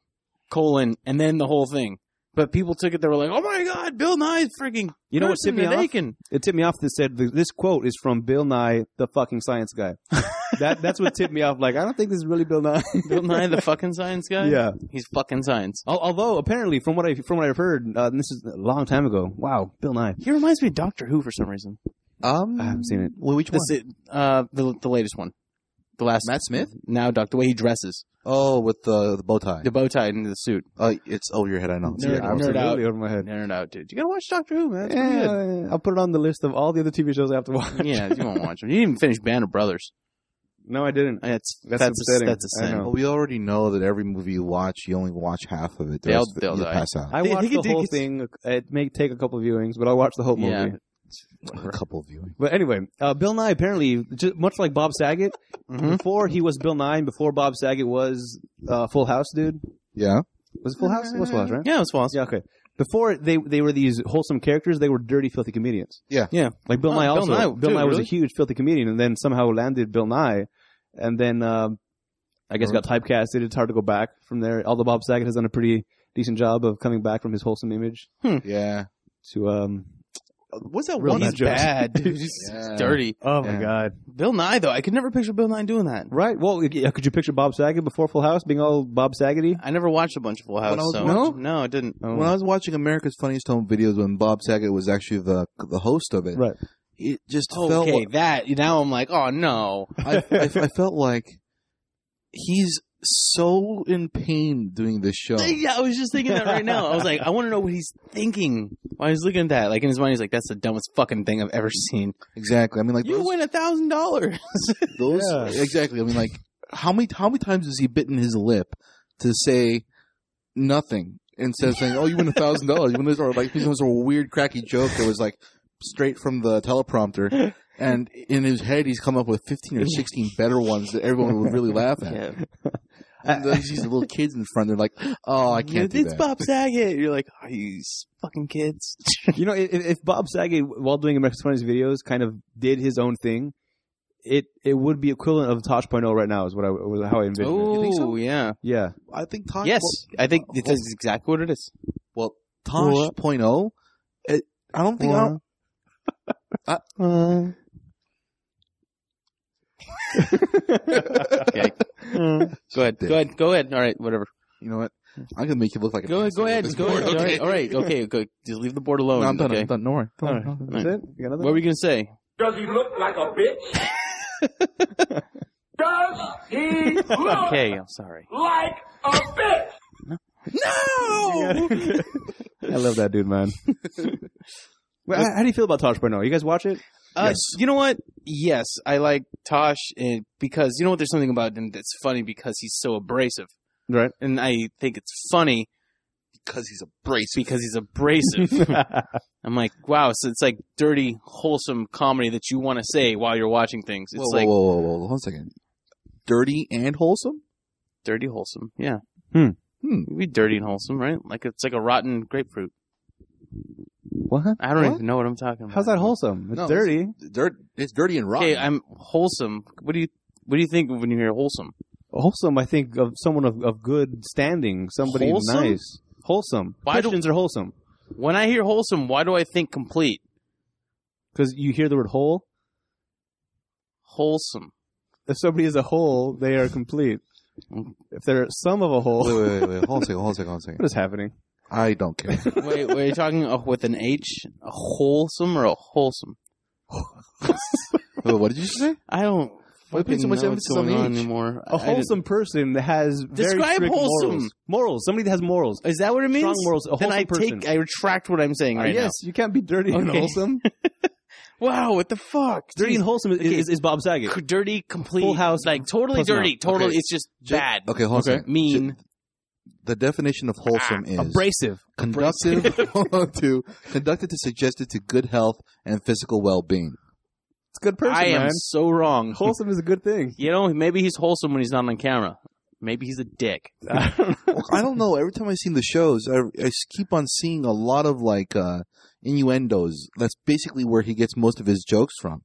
B: colon, and then the whole thing. But people took it. They were like, "Oh my god, Bill Nye's freaking
A: You know what
B: cursing
A: tipped me
B: at
A: off?
B: Aiken."
A: It tipped me off that said th- this quote is from Bill Nye, the fucking science guy. that that's what tipped me off. Like I don't think this is really Bill Nye.
B: Bill Nye, the fucking science guy.
A: yeah.
B: he's fucking science.
A: Al- Although apparently, from what I from what I've heard, uh, and this is a long time ago. Wow, Bill Nye.
B: He reminds me of Doctor Who for some reason.
C: Um,
A: I haven't seen it.
C: Well, which one?
B: This, uh, the the latest one, the last
C: Matt Smith?
B: now Doctor. The way he dresses,
C: Oh, with the the bow tie.
B: the bow tie and the suit.
C: Uh, it's over your head. I know.
B: Nerd-
A: yeah,
B: nerd
A: absolutely
B: out.
A: over my head.
B: No, no, no, dude. You gotta watch Doctor Who, man. It's pretty
A: Yeah, I'll put it on the list of all the other TV shows I have to watch.
B: good. yeah, you won't watch them. You didn't even finish Band of Brothers.
A: No, I didn't.
B: That's
A: That's
B: that's a,
A: upsetting.
B: that's a
A: I
B: sin.
A: know.
C: Well, we already know that every movie you watch, you only watch half of it. The
B: They'll-
C: rest of it,
B: they'll
C: you'll
B: die.
C: pass out.
A: I
B: They-
A: watched
B: they
A: the
B: could- they
A: whole
B: could-
A: thing. It may take a couple viewings, but I'll watch the whole movie.
B: Yeah.
C: A couple viewing.
A: But anyway, uh, Bill Nye apparently, ju- much like Bob Saget,
B: Mhm.
A: before he was Bill Nye, and before Bob Saget was uh, Full House, dude.
C: Yeah.
A: Was it Full House? It was Full House, right?
B: Yeah, it's false.
A: Yeah, okay. Before they they were these wholesome characters, they were dirty, filthy comedians.
C: Yeah.
B: Yeah.
A: Like Bill
B: Oh,
A: Nye
B: Bill
A: also.
B: Nye,
A: Bill
B: too,
A: Nye was
B: really?
A: a huge filthy comedian, and then somehow landed Bill Nye, and then um, I guess got typecasted. It's hard to go back from there. Although Bob Saget has done a pretty decent job of coming back from his wholesome image
C: Yeah.
A: to um.
B: What's that
A: Real
B: one?
A: nut
B: He's
A: jokes.
B: bad, dude. He's
C: Yeah.
B: dirty.
A: Oh
C: my
A: god!
B: Bill Nye, though, I could never picture Bill Nye doing that.
A: Right. Well, yeah, could you picture Bob Saget before Full House being all Bob Saget-y?
B: I never watched a bunch of Full House.
C: I was
B: so.
C: watching-
B: no, I didn't.
A: Oh.
C: When I was watching America's Funniest Home Videos, when Bob Saget was actually the the host of it,
A: Right.
C: it just felt
B: Okay,
C: like,
B: that now I'm like, oh no.
C: I, I, I felt like he's so in pain doing this show.
B: Yeah, I was just thinking that right now. I was like, I want to know what he's thinking. Why he's looking at that? Like in his mind, he's like, "That's the dumbest fucking thing I've ever seen."
C: Exactly. I mean, like
B: You
C: those,
B: win a thousand dollars.
C: those
A: Yeah.
C: exactly. I mean, like how many how many times has he bitten his lip to say nothing instead of saying, "Oh, you win a thousand dollars," you win this, or like this was a weird cracky joke that was like straight from the teleprompter. And in his head, he's come up with fifteen or sixteen better ones that everyone would really laugh at. And there's these little kids in front. They're like, "Oh, I can't do
B: It's
C: that."
B: Bob Saget. You're like, are you s- fucking kids?
A: you know, if, if Bob Saget, while doing America's Funniest videos, kind of did his own thing, it it would be equivalent of Tosh.0 right now, is what I was how I envisioned it.
C: You think so? Uh,
B: Oh yeah.
A: Yeah,
C: I think Tosh.
B: Yes, I think it is exactly what it is.
C: Well, Tosh
B: What?
A: Uh,
C: point oh. it- I don't think I don't,
B: Okay. go ahead. Go ahead. Go ahead. All right. Whatever.
C: You know what? I'm gonna make you look like a
B: Go ahead. Go ahead. Go ahead. All right. All right. Okay. Go. Just leave the board alone.
C: I'm done.
B: okay.
C: I'm done. No worry.
B: All right.
A: That's it? You got another?
B: What were you gonna say?
D: Does he look like a bitch? Does he look
B: Okay. I'm sorry.
D: like a bitch?
B: No.
A: I love that dude, man. well, how, how do you feel about Tosh Burnow? You guys watch it?
B: Uh, You know what? Yes, I like Tosh, and because you know what? There's something about him that's funny because he's so abrasive,
A: Right.
B: and I think it's funny
C: Because he's abrasive.
B: because he's abrasive. I'm like, wow. So it's like dirty, wholesome comedy that you want to say while you're watching things. It's
C: Whoa,
B: like
C: whoa, whoa, whoa, whoa! Hold on a second. Dirty and wholesome.
B: dirty, wholesome. Yeah.
A: Hmm.
C: Hmm.
B: It'd be dirty and wholesome, right? Like it's like a rotten grapefruit.
A: What?
B: I don't
C: What?
B: even know what I'm talking about.
A: How's that wholesome? It's
C: No,
A: dirty.
C: Dirt. It's dirty and rotten.
B: Okay, I'm wholesome. What do you What do you think when you hear wholesome?
A: Wholesome, I think, of someone of, of good standing, somebody
B: Wholesome?
A: nice. Wholesome.
B: Why do-
A: Christians are wholesome.
B: When I hear wholesome, why do I think complete?
A: Because you hear the word whole.
B: Wholesome.
A: If somebody is a whole, they are complete. If they're some of a whole,
C: wait, wait, wait, wait. Hold on a second. Hold on a second. Hold on a second.
A: what is happening?
C: I don't care.
B: Wait, were you talking uh, with an H? A wholesome or a wholesome?
C: Wait, what did you say?
B: I don't.
C: Why put so
B: fucking
C: much
B: know
C: emphasis
B: what's going
C: on
B: on
C: H?
B: anymore.
A: A wholesome person that has very
B: Describe
A: strict
B: wholesome.
A: morals. Morals. Somebody that has morals.
B: Is that what it means?
A: Strong morals. A
B: then
A: wholesome
B: I
A: person.
B: take. I retract what I'm saying
A: Uh,
B: right
A: yes, you can't be dirty and
B: Okay.
A: wholesome.
B: now. Wow, what the fuck?
A: Oh, dirty and wholesome is,
B: Okay.
A: is, is Bob Saget.
B: Jeez. dirty, complete,
A: Full house
B: like totally
A: personnel.
B: dirty, totally.
C: Okay.
B: It's just
C: Ju-
B: bad,
C: Okay, hold
B: Okay.
C: on. a second.
B: Mean. ah,
C: Ju- The definition of wholesome is
A: Abrasive.
C: conductive to conducted to suggested to good health and physical well-being.
A: It's a good person,
B: I am
A: man.
B: so wrong.
A: Wholesome is a good thing.
B: you know, maybe he's wholesome when he's not on camera. Maybe he's a dick.
C: Well, I don't know. Every time I've seen the shows, I, I s- keep on seeing a lot of like uh, innuendos. That's basically where he gets most of his jokes from.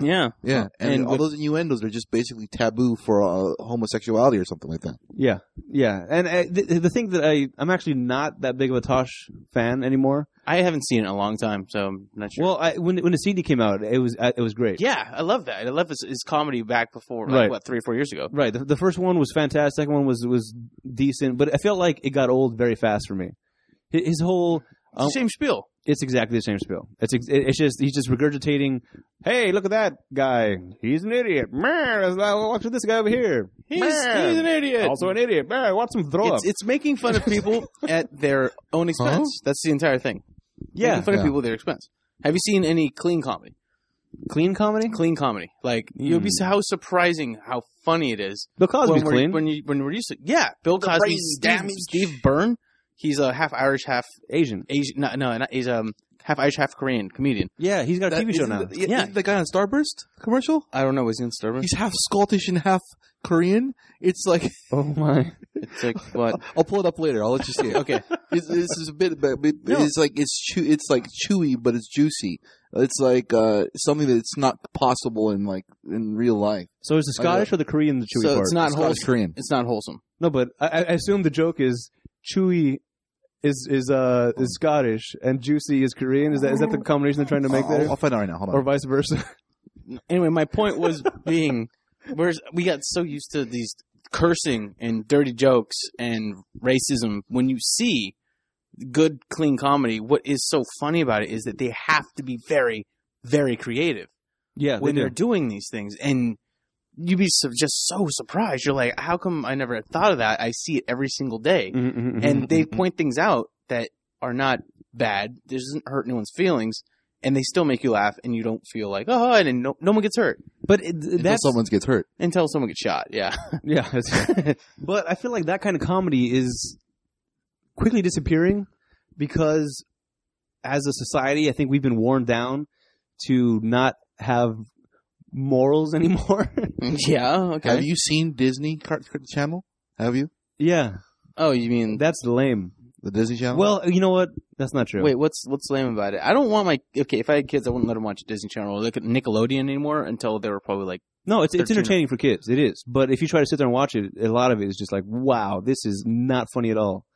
B: yeah.
C: Yeah, and,
B: And
C: all
B: what-
C: those innuendos are just basically taboo for uh, homosexuality or something like that.
A: Yeah, yeah. And uh, the, the thing that I, I'm actually not that big of a Tosh fan anymore.
B: I haven't seen it in a long time, so I'm not sure.
A: Well, I, when when the CD came out, it was uh, it was great.
B: yeah, I love that. I love his, his comedy back before, like,
A: Right.
B: what, three or four years ago.
A: Right. The, the first one was fantastic. Second one was was decent, but I felt like it got old very fast for me. Hi- His whole
B: It's the same spiel.
A: it's exactly the same spiel. It's ex- it- it's just he's just regurgitating. Hey, look at that guy. He's an idiot. Man, watch this guy over here.
B: He's,
A: Meh.
B: he's an idiot.
A: Also an idiot. Man, watch him throw
B: it's,
A: up.
B: it's making fun of people at their own expense. That's the entire thing.
A: yeah,
B: Making fun
C: Yeah.
B: of people at their expense. Have you seen any clean comedy?
A: clean comedy.
B: Clean comedy. Like, you'll be
A: Hmm.
B: su- how surprising how funny it is.
A: Bill Cosby's
B: when we're,
A: clean.
B: When, you, when we're used to Yeah, Bill Cosby,
C: brain
B: Steve,
C: damage.
B: Steve Byrne. He's a half Irish, half
A: Asian.
B: Asian. No, no, not, he's um half Irish, half Korean comedian.
A: Yeah, he's got a
C: That-
A: TV show
C: isn't
A: now.
C: The,
B: Yeah.
C: yeah, the guy on Starburst commercial.
B: I don't know. Was he in Starburst?
C: He's half Scottish and half Korean. It's like
A: oh my.
B: It's like what?
C: I'll pull it up later. I'll let you see it.
B: Okay.
C: It's, it's just a bit, but but
B: No.
C: it's like it's chew, it's like chewy, but it's juicy. It's like uh, something that's not possible in like in real life.
A: So is the
C: I know.
A: Scottish or the Korean the chewy
B: So
A: part?
B: it's not
C: Scottish
B: wholesome.
C: Korean.
B: It's not wholesome.
A: No, but I, I assume the joke is chewy is is uh is Scottish and juicy is Korean. Is that is that the combination they're trying to make
C: Uh, I'll,
A: there,
C: I'll find out right now. Hold on.
A: or vice versa?
B: Anyway, my point was being, whereas we got so used to these cursing and dirty jokes and racism, when you see good, clean comedy, what is so funny about it is that they have to be very, very creative.
A: Yeah,
B: when they're doing these things and you'd be so, just so surprised you're like how come i never thought of that i see it every single day
A: Mm, Mm-hmm.
B: and they point things out that are not bad this doesn't hurt anyone's feelings and they still make you laugh and you don't feel like oh and then no, no one gets hurt
A: but it,
C: Until
A: that's
C: someone gets hurt.
B: until someone gets shot yeah
A: mm. yeah. that's- but I feel like that kind of comedy is quickly disappearing because, as a society, I think we've been worn down to not have morals anymore.
B: yeah okay
C: Have you seen Disney Cart- Cart- Channel? Have you
A: yeah,
B: oh you mean
A: that's lame.
C: the Disney Channel?
A: Well, you know what? That's not true.
B: Wait, what's what's lame about it? I don't want my okay. If I had kids, I wouldn't let them watch Disney Channel or look at Nickelodeon anymore until they were probably like,
A: No, it's it's
B: 13.
A: entertaining for kids. It is, but if you try to sit there and watch it, a lot of it is just like, wow, this is not funny at all.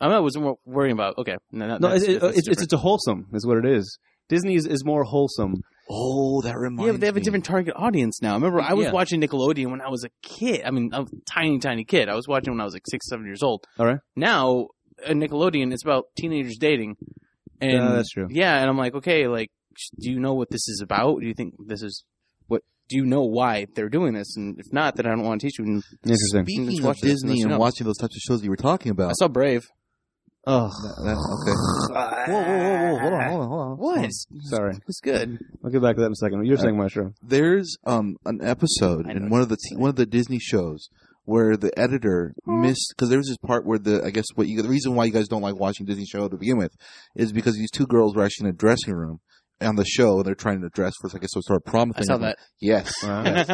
B: I was more worrying about okay. No, no,
A: No,
B: that's-
A: it's it,
B: that's
A: it's,
B: different.
A: it's it's a wholesome is what it is. Disney is, is more wholesome.
C: Oh, that reminds.
B: Yeah, but they have a
C: me.
B: different target audience now. I remember I was
A: Yeah.
B: watching Nickelodeon when I was a kid. I mean, a tiny, tiny kid. I was watching when I was like six, seven years old.
A: All right.
B: Now, at Nickelodeon, it's about teenagers dating. And
A: Yeah, Uh, that's true.
B: Yeah, and I'm like, okay, like, sh- do you know what this is about? Do you think this is what? Do you know why they're doing this? And if not, then I don't want to teach you. And
A: Interesting.
B: Let's
C: Speaking of
B: watch this and
C: Disney
B: listen
C: and
B: up.
C: watching those types of shows that you were talking about.
B: I saw Brave.
A: Oh,
C: That- okay. Whoa, whoa, whoa, whoa! Hold on, hold on, hold on.
B: What?
A: sorry.
B: It's good.
A: I'll get back to that in a second. You're
C: Uh,
A: saying mushroom.
C: There's um an episode
B: I
C: in
B: know
C: one of the t- one of the Disney shows where the editor missed because there was this part where the I guess what you the reason why you guys don't like watching Disney show to begin with is because these two girls were actually in a dressing room on the show and they're trying to dress for I guess some sort of prom
B: I
C: thing.
B: saw that.
C: Yes.
A: Wow.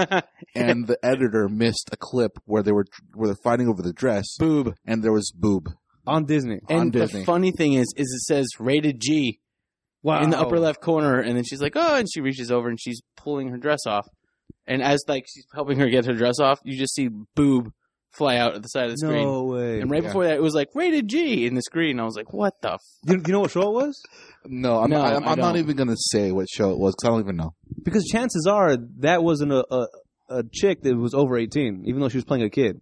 C: and the editor missed a clip where they were where they're fighting over the dress
B: Boob.
C: and there was boob.
A: On Disney.
C: On
B: And the
C: Disney.
B: funny thing is, is it says rated G.
A: Wow.
B: in the upper left corner, and then she's like, "Oh!" and she reaches over and she's pulling her dress off, and as like she's helping her get her dress off, you just see boob fly out at the side of the screen.
A: No way.
B: And right
C: yeah.
B: before that, it was like rated G in the screen. I was like, "What the?" F-?
A: you, you know what show it was?
C: No, I'm
B: No,
C: I, I'm,
B: I
C: I'm not
B: don't.
C: even gonna say what show it was because I don't even know.
A: Because chances are that wasn't a, a a chick that was over 18, even though she was playing a kid.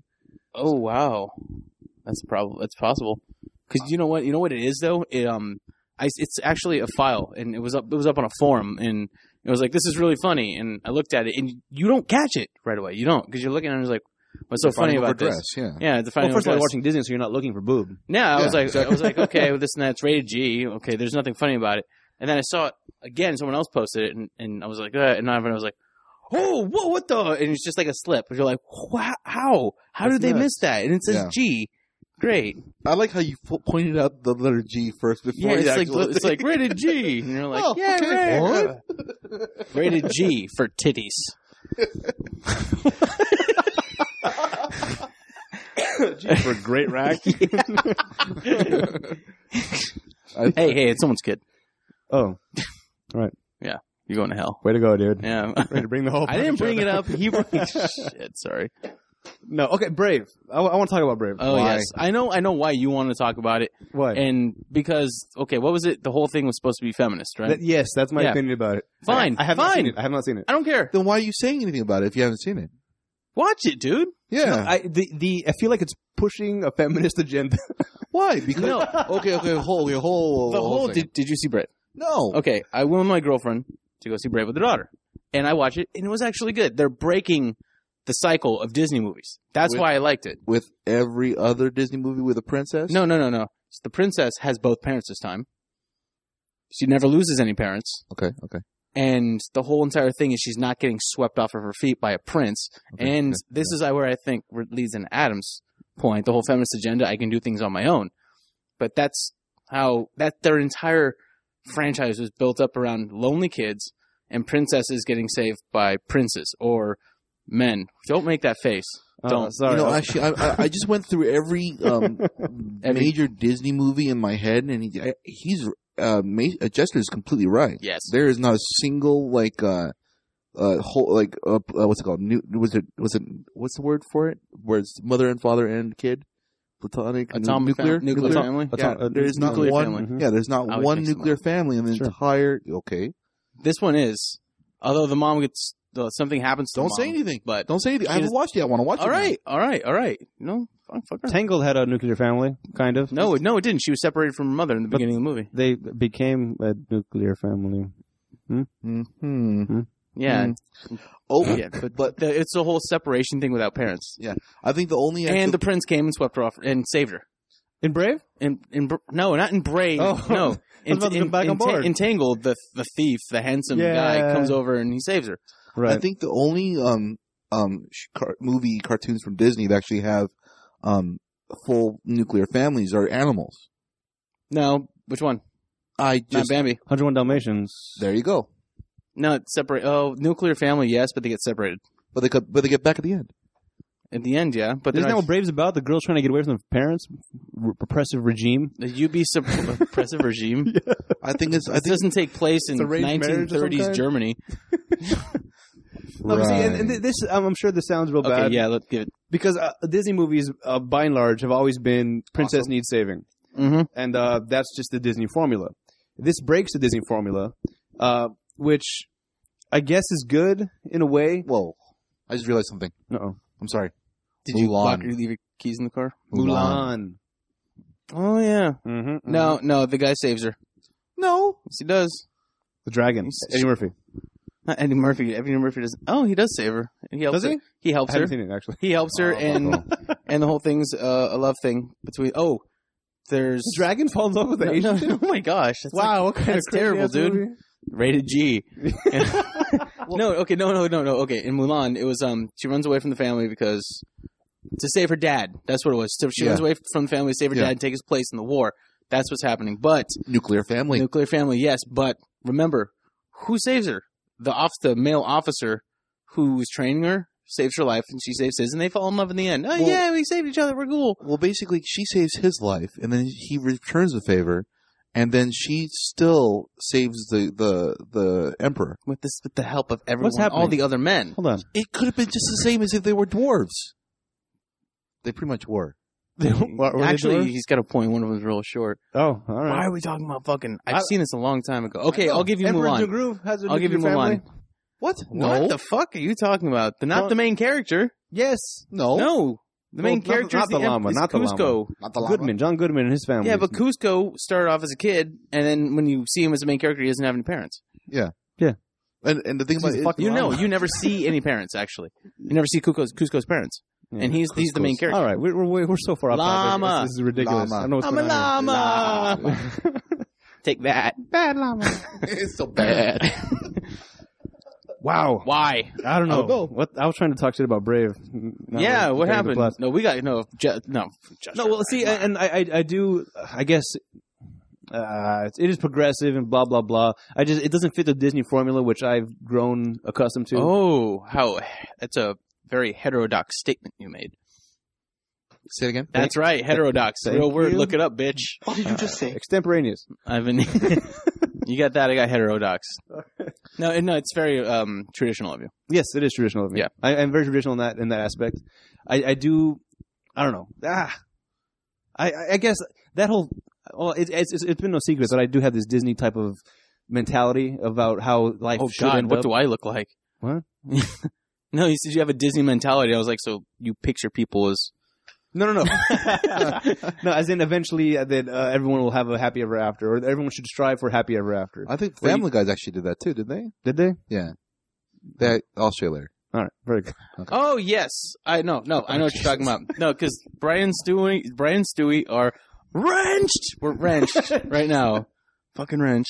B: Oh wow, that's probably that's possible. Because you know what you know what it is though. It um, I, it's actually a file, and it was up it was up on a forum, and it was like this is really funny, and I looked at it, and you don't catch it right away. You don't because you're looking at it and it's like, what's so funny
C: Fighting over
B: about this?
C: dress, yeah.
B: Yeah, the
A: Well,
B: final
A: first of all,
B: dress.
A: you're watching Disney, so you're not looking for boob.
B: Yeah, I
C: Yeah,
B: was like,
C: exactly.
B: I was like, okay, well, this and that's rated G. Okay, there's nothing funny about it. And then I saw it again. Someone else posted it, and, and I was like, uh, and Ivan was like, oh, what, what the? And it's just like a slip. And you're like, wow, how, how
A: That's
B: did they
A: nuts.
B: miss that? And it says
C: Yeah.
B: G. Great.
C: I like how you po- pointed out the letter G first before
B: Yeah, it's
C: the
B: like
C: actual
B: it's
C: thing.
B: like rated G, and you're like,
C: Oh,
B: yeah,
C: okay,
B: right. rated G for titties.
A: for great rack.
C: I-
B: Hey, hey, it's someone's kid.
A: oh,
B: You're going to hell.
A: way to go, dude!
B: Yeah,
A: Way to bring the whole.
B: I didn't bring it up. He brought shit. Sorry.
A: No, okay, Brave. I, want to talk about Brave.
B: Oh
C: Why?
B: yes, I know. I know why you want to talk about it.
A: Why?
B: and because okay, what was it? The whole thing was supposed to be feminist, right?
A: That- yes, that's my
B: Yeah.
A: opinion about it.
B: Fine,
A: I, I have not
B: fine.
A: seen it. I have not seen it.
B: I don't care.
C: then why are you saying anything about it if you haven't seen it?
B: Watch it, dude.
C: Yeah,
A: I the, the I feel like it's pushing a feminist agenda.
C: why? Because
B: No.
C: okay, okay, hold, okay, hold,
B: the
C: hold
B: whole
C: a second.
B: did, did you see Brave?
C: no.
B: Okay, I went with my girlfriend to go see Brave with her daughter, and I watched it, and it was actually good. They're breaking the cycle of Disney movies. That's
C: With-
B: why I liked it.
C: With every other Disney movie with a princess,
B: No, no, no, no. So the princess has both parents this time. She never loses any parents,
C: Okay, okay.
B: and the whole entire thing is she's not getting swept off of her feet by a prince.
C: okay,
B: and
C: okay,
B: this is I- where I think where it leads into Adam's point, the whole feminist agenda. I can do things on my own, but that's how that their entire franchise was built up around lonely kids and princesses getting saved by princes or men. Don't make that face. Don't.
A: sorry.
C: you know,
A: Oh,
C: actually, I, I, I just went through every um,
B: Every-
C: major Disney movie in my head, and he, I- he's uh, ma- uh, Jester is completely right.
B: Yes.
C: There is not a single like uh, uh, whole like uh, uh, what's it called? New was it was it what's the word for it? Where it's mother and father and kid, platonic, nu-
B: Atomic
C: nuclear,
B: fam- nuclear family.
A: Atom-
C: Yeah,
A: uh,
C: there is not
B: nuclear
C: one. Mm-hmm.
B: family.
A: Mhm.
C: Yeah, there's not
B: I always
C: one
B: mix them
C: nuclear family in the
A: Sure.
C: entire. Okay,
B: This one is, although the mom gets uh, something happens. To the
C: don't say
B: mom.
C: anything.
B: But
C: Don't say anything. I
B: She
C: haven't
B: just-
C: watched it. I want to watch
B: all
C: it. now.
B: right, all right, all right. No, fuck, fuck her.
A: Tangled had a nuclear family, kind of.
B: No, no, it didn't. She was separated from her mother in the
A: But-
B: beginning of the movie.
A: they became a nuclear family.
C: Hmm.
B: Yeah,
C: Oh,
B: yeah. But,
C: but
B: the, it's the whole separation thing without parents.
C: I think the only
B: and
C: actual-
B: the prince came and swept her off and saved her.
A: In Brave,
B: In in Br- no, not in Brave.
A: Oh.
B: No,
A: I was about to get back on
B: Enta-
A: board.
B: Entangled, the the thief, the handsome
A: Yeah.
B: guy comes over and he saves her.
A: right?
C: I think the only um um sh- car- movie cartoons from Disney that actually have um full nuclear families are animals.
B: No, which one?
C: I
B: not
C: just
B: Bambi.
A: 101 Dalmatians.
C: there you go.
B: No, it's separate. Oh, nuclear family, yes, but they get separated
C: But they cut- but they get back at the end.
B: at the end. Yeah, but they're
A: Isn't that
B: not,
A: what Brave's about? The girls trying to get away from their parents, R- repressive regime.
B: the UB sup- oppressive regime.
C: I think it's I
B: It
C: think
B: doesn't take place in
A: It's arranged marriage or some
B: 1930s
A: kind?
B: Germany.
A: No, but see, and, and th- this I'm, I'm sure this sounds real
B: Okay,
A: bad.
B: yeah, let's give it.
A: Because uh, Disney movies, uh, by and large, have always been princess
C: Awesome.
A: needs saving,
B: Mm-hmm.
A: and uh, that's just the Disney formula. This breaks the Disney formula uh, which I guess is good in a way.
C: Whoa. I just realized something.
A: No,
C: I'm sorry.
B: Did you
C: Mulan.
B: lock or leave your keys in the car?
A: Mulan.
B: Oh yeah.
A: Mm-hmm,
B: No, no. The guy saves her.
C: No.
B: Yes, he does.
A: the dragon. Eddie Murphy.
B: Not Eddie Murphy. Eddie Murphy does. Oh, he does save her. He helps
A: Does
B: her.
A: he?
B: He
A: I
B: helps her.
A: haven't seen it actually.
B: He helps her,
C: Oh,
B: and and the whole thing's uh, a love thing between. Oh, there's
A: The dragon fall in love with the
B: No,
A: Asian.
B: no,
A: dude?
B: oh my gosh! That's
A: wow, what kind
B: that's
A: of crazy
B: terrible,
A: ass
B: dude.
A: movie?
B: like rated G. no, okay, no, no, no, no. Okay, in Mulan, it was um she runs away from the family because to save her dad. That's what it was. So she
C: Yeah.
B: runs away from the family to save her
C: Yeah.
B: dad, and take his place in the war. That's what's happening. But
C: Nuclear family.
B: nuclear family, yes, but remember who saves her? The off the male officer who was training her saves her life, and she saves his, and they fall in love in the end. Oh
C: Well-
B: yeah, we saved each other. We're cool.
C: well, basically, she saves his life, and then he returns the favor, and then she still saves the the the emperor.
B: With this, with the help of everyone, all
A: happening?
B: the other men.
A: Hold on.
C: It could have been just the same as if they were dwarves. They pretty much were.
A: What were they
B: Actually,
A: doing?
B: he's got a point. One of them's real short.
A: oh, all
B: Why
A: right.
B: are we talking about fucking? I've
A: I-
B: seen this a long time ago. Okay, I'll give you
A: Emperor
B: Mulan.
A: Groove has a
B: I'll give you
A: nuclear
B: Mulan.
A: family?
C: What?
B: What the fuck are you talking about? The, not
A: Well-
B: the main character.
A: Yes,
C: No.
B: No, the
A: Well,
B: main
A: not the-
B: character
A: not
B: is
A: the
B: em-
A: llama,
B: is
A: not the llama.
B: Cusco.
C: Not the llama.
A: Goodman, John Goodman and his family.
B: Yeah, but Cusco started off as a kid, and then when you see him as a main character, he doesn't have any parents.
C: And and the thing about
A: He's a
C: it-
A: fucking
B: You know, you never see any parents actually. You never see Cusco's, Cusco's parents,
A: Yeah.
B: and he's he's the main character.
A: All right, we're we're, we're so far off topic.
B: Llama.
A: This, this is ridiculous.
C: Llama.
A: I don't know what's
B: I'm a
A: going on.
B: llama. Take that, bad llama.
C: it's so bad.
B: Bad.
A: here. Wow.
B: Why?
A: I don't know.
C: Oh, no.
A: What I was trying to talk shit about Brave. Now
B: yeah,
A: we're comparing
B: what
A: the Uh,
B: happened?
A: plots.
B: No, we got no, ju- no, just-
A: No, well, see, I- and I, I, I do, I guess, uh, it is progressive and blah blah blah. I just, it doesn't fit the Disney formula, which I've grown accustomed to.
B: Oh, how that's a very heterodox statement you made.
C: Say it again.
B: That's right, heterodox.
A: thank
B: Real word.
A: you.
B: Look it up, bitch.
E: What did you just say?
A: Extemporaneous.
B: I've been. you got that? I got heterodox. No, it- no, it's very um, traditional of you.
A: Yes, it is traditional of me.
B: Yeah.
A: I, I'm very traditional in that in that aspect. I, I do, I don't know. Ah, I, I- I guess that whole. Well, it, it's it's it's been no secret that I do have this Disney type of mentality about how life
B: oh
A: should
B: God,
A: end
B: what
A: up.
B: do I look like?
A: What?
B: no, you said you have a Disney mentality. I was like, so you picture people as
A: No, no, no. no, as in eventually uh, that uh, everyone will have a happy ever after, or everyone should strive for happy ever after.
C: I think
A: Wait.
C: Family Guys actually did that too, didn't they?
A: Did they?
C: That I'll share later.
A: All right, very good.
B: Oh yes, I know. No, I know what you're talking about. No, because Brian Stewie, Brian Stewie are wrenched. We're wrenched right now. Fucking wrench.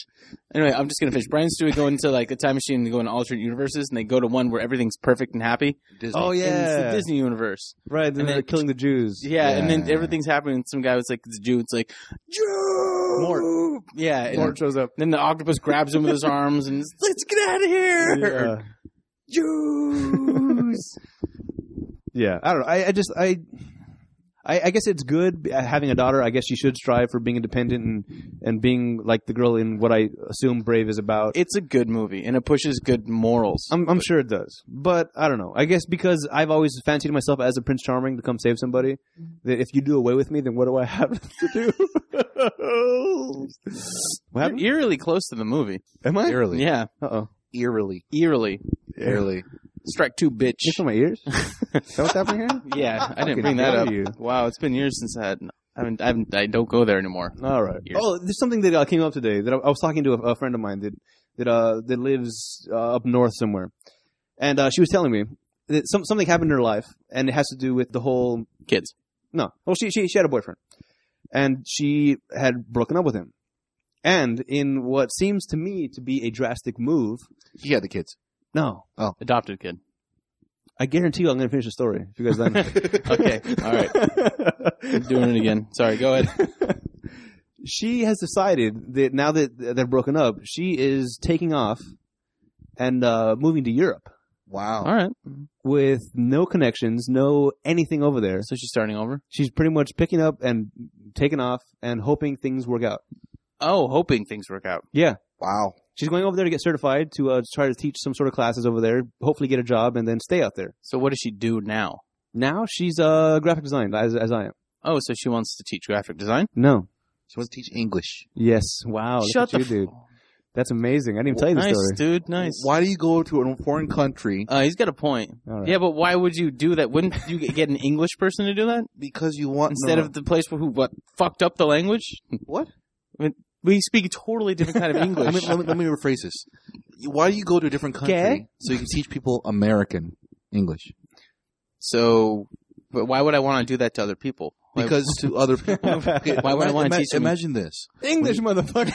B: Anyway, I'm just gonna finish. Brian Stewie go into like a time machine and go into alternate universes, and they go to one where everything's perfect and happy.
C: Disney.
A: Oh, yeah.
B: And it's the Disney universe.
A: Right, then
B: And
A: they're
B: then-
A: killing the Jews.
B: Yeah, and then
C: Yeah.
B: everything's happening. And some guy was like, "The Jew." It's like, Jew.
A: Mort.
B: Yeah. And
A: Mort shows up.
B: Then the octopus grabs him with his arms and it's, let's get out of here.
A: Yeah.
B: Jews.
A: yeah, I don't know. I, I just I, I, I guess it's good uh, having a daughter. I guess she should strive for being independent and and being like the girl in what I assume Brave is about.
B: it's a good movie and it pushes good morals.
A: I'm, I'm sure it does, but I don't know. I guess because I've always fancied myself as a Prince Charming to come save somebody.
B: Mm-hmm.
A: That if you do away with me, then what do I have to do? what
B: You're
A: happened?
B: eerily close to the movie.
A: Am I?
C: Eerily.
B: Yeah,
A: Uh oh.
C: Eerily.
B: eerily.
C: Eerily.
B: Strike two, bitch.
A: It's on my ears. is that what's happening here?
B: Yeah, I didn't
A: Fucking
B: bring that
A: dare
B: up.
A: you.
B: Wow, it's been years since I had. I haven't. I, haven't, I don't go there anymore.
A: All right.
B: Years.
A: Oh, there's something that uh, came up today that I, I was talking to a, a friend of mine that that uh, that lives uh, up north somewhere, and uh, she was telling me that some, something happened in her life, and it has to do with the whole
B: Kids.
A: no. Well, she she she had a boyfriend, and she had broken up with him, and in what seems to me to be a drastic move.
C: He had the kids.
A: No,
B: Adopted kid.
A: I guarantee you, I'm going to finish the story if you guys let me.
B: Okay. All right. I'm doing it again. Sorry. Go ahead.
A: she has decided that now that they're broken up, she is taking off and uh, moving to Europe
C: Wow.
B: All right.
A: with no connections, no anything over there.
B: So she's starting over.
A: She's pretty much picking up and taking off and hoping things work out.
B: Oh, hoping things work out.
C: Wow.
A: She's going over there to get certified to uh, try to teach some sort of classes over there, hopefully get a job and then stay out there.
B: So what does she do now?
A: Now she's uh, graphic design as, as I am.
B: Oh, so she wants to teach graphic design.
A: No.
C: She wants to teach English.
A: Yes. Wow. Look
B: Shut
A: at
B: the
A: you, dude.
B: f-
A: That's amazing. I didn't even tell you the
B: nice,
A: story.
B: dude. Nice.
C: Why do you go to a foreign country
B: Uh, he's got a point.
A: All right.
B: Yeah, but why would you do that? Wouldn't you get an English person to do that
C: because you want
B: instead
C: no,
B: of the place who what fucked up the language?
C: What?
B: I mean, we speak a totally different kind of English.
C: I mean, let, me, let me rephrase this. Why do you go to a different country
A: Okay.
C: so you can teach people American English?
B: so, but why would I want to do that to other people? Why-
C: Because to other
B: Why
C: people,
B: would I
C: Ima-
B: wanna
C: ima-
B: teach them?
C: Imagine this.
A: English, motherfucker.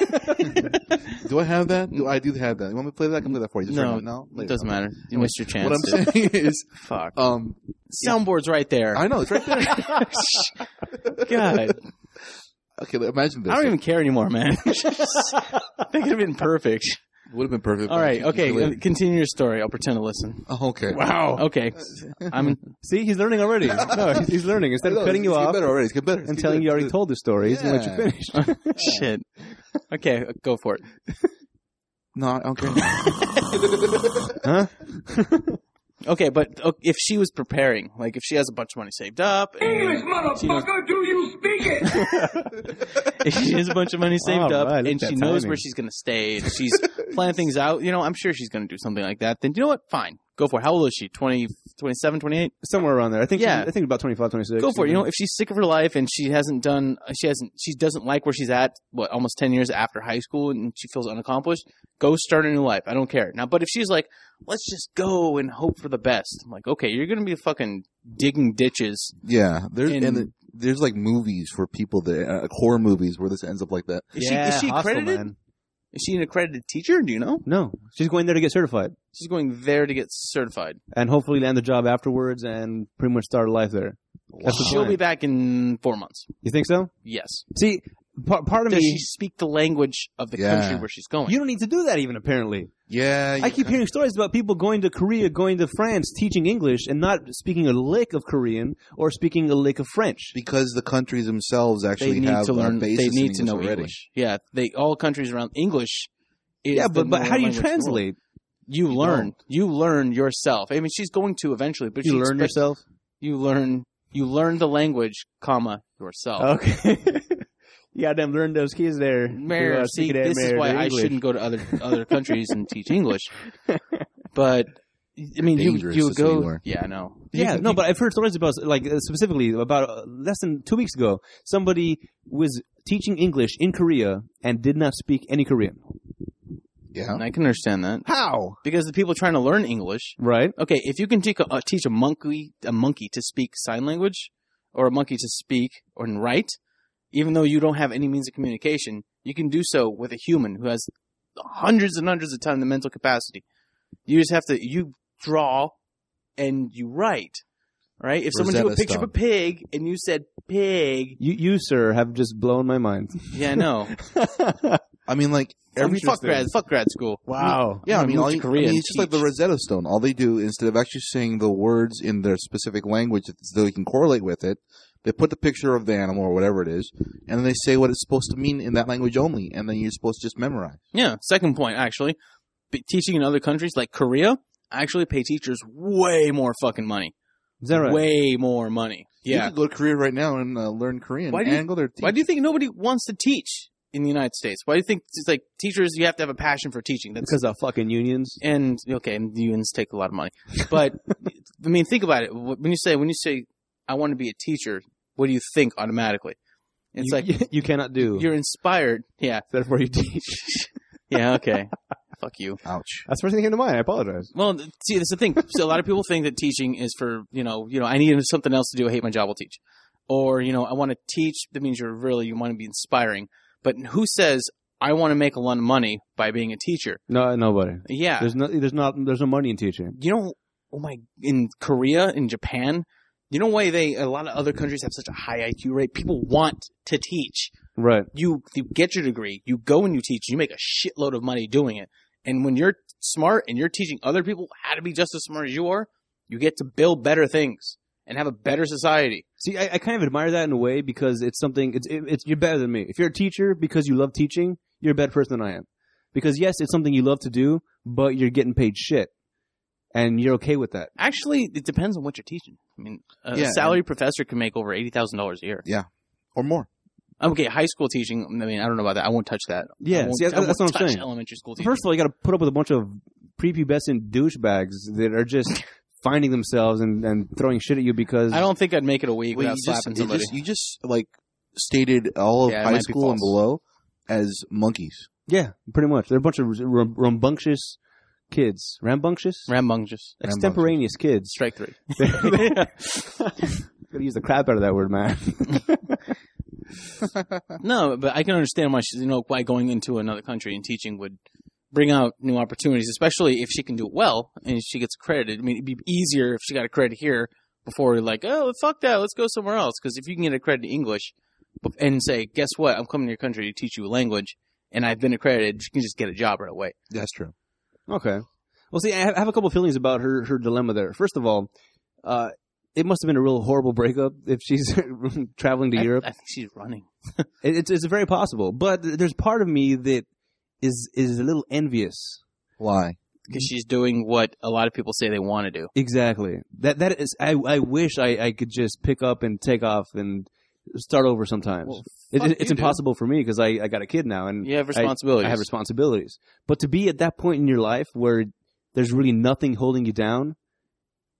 C: Do I have that? Do I do have that? You want me to play that? I can play that for you. Just
B: No,
C: right now. No?
B: it doesn't
C: Later.
B: matter. You missed your chance.
C: What I'm saying is,
B: Fuck.
C: um,
B: Soundboard's right there.
C: I know it's right there.
B: God,
C: Okay, but imagine this.
B: I don't even care anymore, man. that could have been perfect.
C: Would have been perfect.
B: All
C: but
B: right,
C: you- you
B: okay,
C: delayed it.
B: continue your story. I'll pretend to listen.
C: Oh, okay.
A: wow.
B: Okay, I'm
A: See, he's learning already. No, he's- he's learning. Instead of
C: No,
A: cutting
C: it's
A: you
C: getting
A: off
C: better already. It's getting better. It's
A: and
C: getting
A: telling you
C: better.
A: already told the story, he's going to let you
C: Yeah.
A: finish.
B: shit. Okay, go for it.
C: No, okay.
A: Huh?
B: Okay, but uh, if she was preparing, like if she has a bunch of money saved up,
D: English,
B: and
D: motherfucker, do you speak it?
B: if she has a bunch of money saved
A: All
B: up,
A: right, look
B: and
A: at
B: she
A: that
B: knows
A: timing.
B: where she's gonna stay, and she's planning things out, you know, I'm sure she's gonna do something like that. Then you know what? Fine, go for it. How old is she? 20, 27, 28?
A: Somewhere around there. I think.
B: Yeah.
A: I think about 25, 26.
B: Go for it. You know, if she's sick of her life and she hasn't done, uh, she hasn't, she doesn't like where she's at. What almost ten years after high school, and she feels unaccomplished. Go start a new life. I don't care now. But if she's like, let's just go and hope for the best. I'm like, okay, you're gonna be fucking digging ditches.
C: yeah, there's
B: In-
C: and, it- there's like movies for people that uh, horror movies where this ends up like that.
B: Is she, is she accredited? Is she an accredited teacher? Do you know?
A: No, she's going there to get certified
B: She's going there to get certified.
A: and hopefully land a job afterwards and pretty much start a life there. That's the
B: She'll
A: plan.
B: be back in four months.
A: You think so?
B: Yes.
A: See, part, part of
B: Does she
A: me,
B: speak the language of the
C: Yeah.
B: country where she's going?
A: you don't need to do that even apparently.
C: Yeah,
A: I
C: you-
A: keep hearing stories about people going to Korea, going to France, teaching English and not speaking a lick of Korean or speaking a lick of French.
C: because the countries themselves
B: they
C: actually
B: need
C: have
B: to learn.
C: a
B: They
C: basis in
B: need to know
C: already.
B: English. Yeah. They all countries around English. Is
A: Yeah,
B: the
A: but, but how do
B: normal
A: you
B: language in the world.
A: translate?
B: You learn. You learn yourself. I mean, she's going to eventually, but
A: You
B: she
A: learn
B: expects-
A: yourself.
B: You learn. You learn the language, comma yourself.
A: Okay. you got them learn those keys there.
B: Mayor,
A: to, uh,
B: see,
A: speak that
B: this is
A: mayor
B: why
A: to
B: I
A: English.
B: shouldn't go to other other countries and teach English. But I mean, you
C: Dangerous
B: you
C: is what
B: go,
C: you are.
B: yeah, I know. You
A: Yeah,
B: can-
A: no,
B: you-
A: but I've heard stories about like uh, specifically about uh, less than two weeks ago, somebody was teaching English in Korea and did not speak any Korean.
C: Yeah,
B: and I can understand that
A: How?
B: because the people trying to learn English.
A: Right.
B: Okay, if you can teach a, uh, teach a monkey a monkey to speak sign language, or a monkey to speak or and write, even though you don't have any means of communication, you can do so with a human who has hundreds and hundreds of times the mental capacity. You just have to you draw and you write, right? If someone drew a
C: Rosetta
B: picture of a
C: Stone.
B: pig and you said pig,
A: You, you sir, have just blown my mind.
B: yeah, no,
C: I mean, like
B: every
C: every
B: fuck grad, fuck grad school.
A: wow.
C: Yeah, I
B: I'm
C: mean,
B: gonna
C: all
B: move
C: you,
B: to
C: I
B: Korea
C: mean,
B: and
C: it's just like the
B: teach.
C: Rosetta Stone. All they do instead of actually saying the words in their specific language so they can correlate with it, they put the picture of the animal or whatever it is, and then they say what it's supposed to mean in that language only, and then you're supposed to just memorize.
B: Yeah, second point actually, Be- teaching in other countries like Korea actually pay teachers way more fucking money.
A: Is that right?
B: way more money.
C: you
B: Yeah.
C: could go to Korea right now and uh, learn Korean
B: Why do you-
C: and go there.
B: Why do you think nobody wants to teach in the United States? Why do you think it's like teachers? You have to have a passion for teaching. That's
A: Because of fucking unions.
B: and okay, and the unions take a lot of money, but I mean, think about it. When you say when you say I want to be a teacher, what do you think automatically? It's
A: You-
B: like
A: you cannot do.
B: you're inspired. Yeah.
A: Therefore, you teach.
B: Yeah. Okay. Fuck you.
C: Ouch.
A: That's the first thing that came to mind. I apologize.
B: Well, th- see, that's the thing. So a lot of people think that teaching is for you know, you know, I need something else to do. I hate my job. I'll teach, or you know, I want to teach. That means you're really you want to be inspiring. But who says I want to make a lot of money by being a teacher?
A: No, nobody.
B: Yeah,
A: There's no, there's not, there's no money in teaching.
B: you know, oh my, in Korea, in Japan, you know why they a lot of other countries have such a high IQ rate? People want to teach.
A: Right.
B: you you get your degree, you go and you teach, you make a shitload of money doing it. And when you're smart and you're teaching other people how to be just as smart as you are, you get to build better things and have a better society.
A: See, I, I kind of admire that in a way because it's something. It's it, it's you're better than me. If you're a teacher because you love teaching, you're a better person than I am. Because yes, it's something you love to do, but you're getting paid shit, and you're okay with that.
B: Actually, it depends on what you're teaching. I mean, a
C: Yeah,
B: salary professor can make over eighty thousand dollars a year.
C: Or more.
B: Okay, high school teaching. I mean, I don't know about that. I won't touch that. I
A: Yeah,
B: won't-
A: see,
B: I
A: that's, that's
B: won't
A: what I'm
B: touch
A: saying.
B: Elementary school teaching.
A: First of all, you got to put up with a bunch of prepubescent douchebags that are just finding themselves and, and throwing shit at you because
B: I don't think I'd make it a week
C: Well,
B: without
C: you, just,
B: slapping
C: you
B: somebody.
C: just you just like stated all of
B: Yeah, it
C: high
B: might be
C: school and
B: false.
C: below as monkeys.
A: yeah, pretty much they're a bunch of rum- rambunctious kids, rambunctious,
B: Rambunctious.
A: extemporaneous kids.
B: Strike three.
A: Gotta use the crap out of that word, man.
B: No, but I can understand why she, you know why going into another country and teaching would bring out new opportunities, especially if she can do it well and she gets accredited. I mean, it'd be easier if she got a credit here before you're like, oh, fuck that, let's go somewhere else. Because if you can get accredited in English but- and say, guess what, I'm coming to your country to teach you a language and I've been accredited, she can just get a job right away.
C: That's true.
A: Okay. Well, see, I have, I have a couple feelings about her her dilemma there. First of all, uh, it must have been a real horrible breakup if she's traveling to
B: I-
A: Europe.
B: I think she's running.
A: It- it's it's very possible, but th- there's part of me that is is a little envious.
C: Why?
B: Because she's doing what a lot of people say they want to do.
A: Exactly. That that is. I I wish I I could just pick up and take off and start over sometimes.
B: Well,
A: It-
B: fuck
A: it- it's
B: you, dude.
A: impossible for me because I I got a kid now and
B: You have responsibilities.
A: I have responsibilities. But to be at that point in your life where there's really nothing holding you down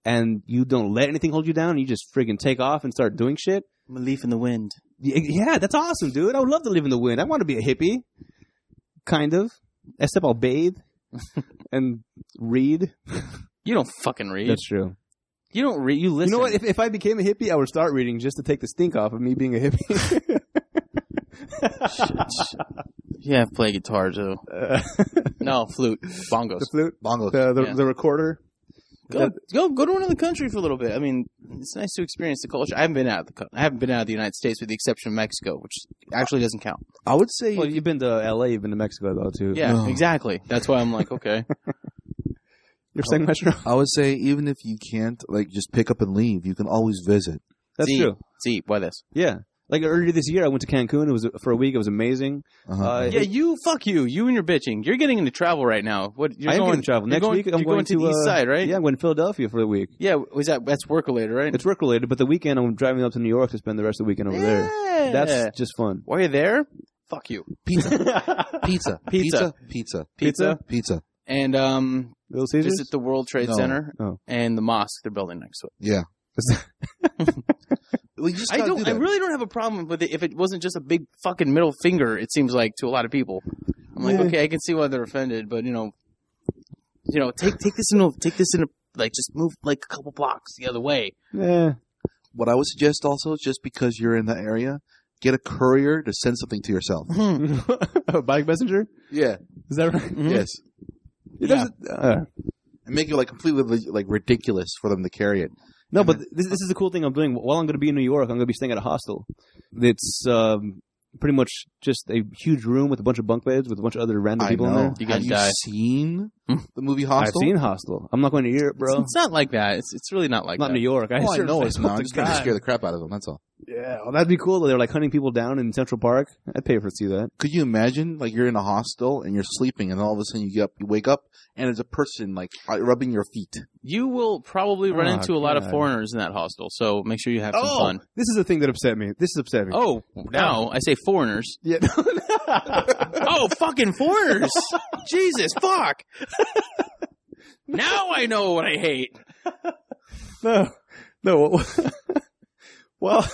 A: and you don't let anything hold you down, you just friggin' take off and start doing shit.
B: I'm a leaf in the wind.
A: Y- Yeah, that's awesome, dude. I would love to live in the wind. I want to be a hippie. Kind of. Except I'll bathe and read.
B: You don't fucking read.
A: true.
B: you don't read. You listen.
A: You know what? If, if I became a hippie, I would start reading just to take the stink off of me being a hippie.
B: yeah, I play guitar too.
A: Uh,
B: No, flute, bongos.
A: the flute,
C: Bongos.
A: the, the,
B: Yeah.
A: the recorder.
B: Go, go, go to another country for a little bit. I mean, it's nice to experience the culture. I haven't been out of the, co- I haven't been out of the United States with the exception of Mexico, which actually doesn't count.
C: I would say
A: Well, you've been to LA, you've been to Mexico, though, too.
B: Yeah,
C: No.
B: exactly. That's why I'm like, okay,
A: You're saying that's true?
C: I would say even if you can't like just pick up and leave, you can always visit.
A: That's
B: See.
A: true.
B: see, why this?
A: Yeah. Like earlier this year, I went to Cancun. It was for a week. It was amazing.
C: Uh-huh.
A: Uh,
B: Yeah, you, fuck you, you and your bitching. You're getting into travel right now. What? You're
A: I am
B: going
A: going to travel
B: you're
A: next
B: going-
A: week. I'm
B: you're going to the
A: uh,
B: east side, right?
A: Yeah, I'm going to Philadelphia for the week.
B: Yeah, was that that's work related, right?
A: It's work related, but the weekend I'm driving up to New York to spend the rest of the weekend over there.
B: Yeah.
A: That's just fun.
B: while you're there. Fuck you,
A: Little
C: pizza,
B: Pizza.
C: pizza,
B: pizza,
C: pizza.
B: and um,
A: Caesars.
B: visit the World Trade
C: No.
B: Center
A: Oh.
B: and the mosque they're building next to it.
C: Well, you just
B: I
C: gotta
B: don't.
C: do
B: I
C: that.
B: really don't have a problem with it if it wasn't just a big fucking middle finger. It seems like to a lot of people. I'm like,
A: Yeah.
B: okay, I can see why they're offended, but you know, you know, take take this in a take this in a like just move like a couple blocks the other way.
A: yeah.
C: what I would suggest also, just because you're in the area, get a courier to send something to yourself.
B: Mm-hmm.
A: A Bike messenger.
C: yeah.
A: Is that right?
B: Mhm.
C: Yes.
A: It
B: Yeah.
A: doesn't- uh,
C: And make it like completely like ridiculous for them to carry it.
A: No, but this, this is the cool thing I'm doing. While I'm going to be in New York, I'm going to be staying at a hostel. It's um, pretty much just a huge room with a bunch of bunk beds with a bunch of other random people in there.
B: You
C: Have
B: guys
C: you
B: die.
C: seen
B: Hmm.
C: the movie Hostel?
A: I've seen Hostel. I'm not going to Europe, bro.
B: It's, it's not like that. It's it's really not like
A: not
B: that.
A: New York. I,
C: Oh, I
A: sure
C: know
A: as
C: it's
A: hell
C: not. I'm
A: to
C: just trying to
A: God.
C: scare the crap out of them. That's all.
A: Yeah, well, that'd be cool. They're like hunting people down in Central Park. I'd pay for to see that.
C: Could you imagine, like, you're in a hostel and you're sleeping, and all of a sudden you get up, you wake up, and there's a person like uh, rubbing your feet.
B: You will probably run
A: Oh,
B: into a lot of
A: God.
B: foreigners in that hostel, so make sure you have some
A: Oh!
B: fun.
A: This is the thing that upset me. This is upset me.
B: Oh, now I say foreigners.
A: yeah.
B: oh, fucking foreigners! Jesus, fuck! now I know what I hate.
A: no, no. well,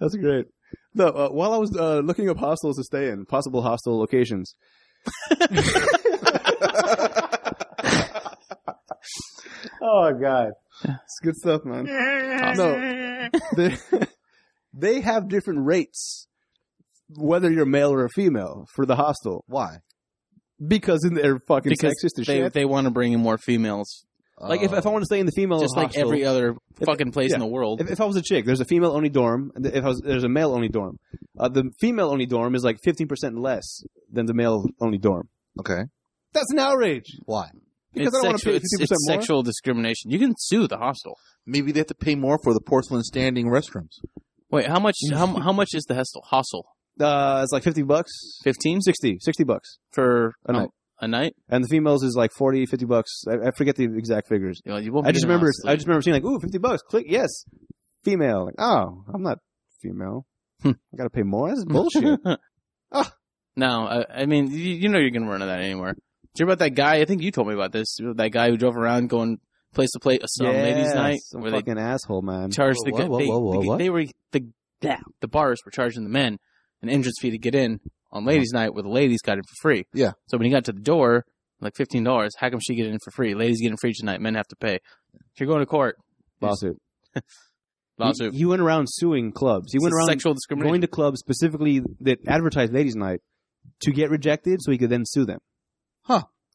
A: that's great. No, uh, while I was uh, looking up hostels to stay in, possible hostel locations, oh god, it's good stuff, man. No, they, they have different rates, whether you're male or female, for the hostel
C: Why?
A: because in their fucking
B: Because
A: sexist as
B: they,
A: shit.
B: they want to bring in more females,
A: like if, if I want to stay in the female
B: Oh. just like
A: hostel-
B: every other
A: Oh, If-
B: fucking place in
A: yeah.
B: the world.
A: If, if I was a chick, there's a female only dorm. and If I was, there's a male only dorm. Uh, the female only dorm is like 15% less than the male only dorm.
C: Oh, okay,
A: That's an outrage
C: why?
A: because
B: it's
A: I don't want to
B: sexual,
A: pay 15%
B: it's, it's
A: more.
B: sexual discrimination. You can sue the hostel.
C: Maybe they have to pay more for the porcelain standing restrooms.
B: Wait, how much? how, how much is the hostel? Hostel
A: Uh, it's like 50 bucks,
B: fifteen
A: 60, 60 bucks.
B: for
A: A night.
B: A night?
A: And the females is like 40, 50 bucks. I, I forget the exact figures.
B: You know, you won't
A: I
B: be
A: just
B: getting a lot
A: remember,
B: of
A: I
B: sleep.
A: just remember seeing like, ooh, 50 bucks. Click yes, female. Like, oh, I'm not female.
B: Hmm.
A: I gotta pay more. That's bullshit. Ah.
B: No, I, I mean, you, you know you're going to run into that anymore. Did you hear about that guy? I think you told me about this. That guy who drove around going place to place, some ladies' night,
A: Some
B: where they
A: fucking asshole, man.
B: charged the
C: Whoa,
B: guy.
C: whoa,
B: They,
C: whoa, whoa,
B: the-
C: what?
B: they were the yeah, the bars were charging the men an entrance fee to get in on ladies' night, where the ladies got in for free.
C: Yeah.
B: So when he got to the door, like fifteen dollars. How come she get in for free? Ladies get in free tonight. Men have to pay. If you're going to court,
A: Lawsuit.
B: lawsuit.
A: He, he went around suing clubs. He went
B: It's
A: around
B: sexual discrimination.
A: going to clubs specifically that advertised ladies' night to get rejected, so he could then sue them.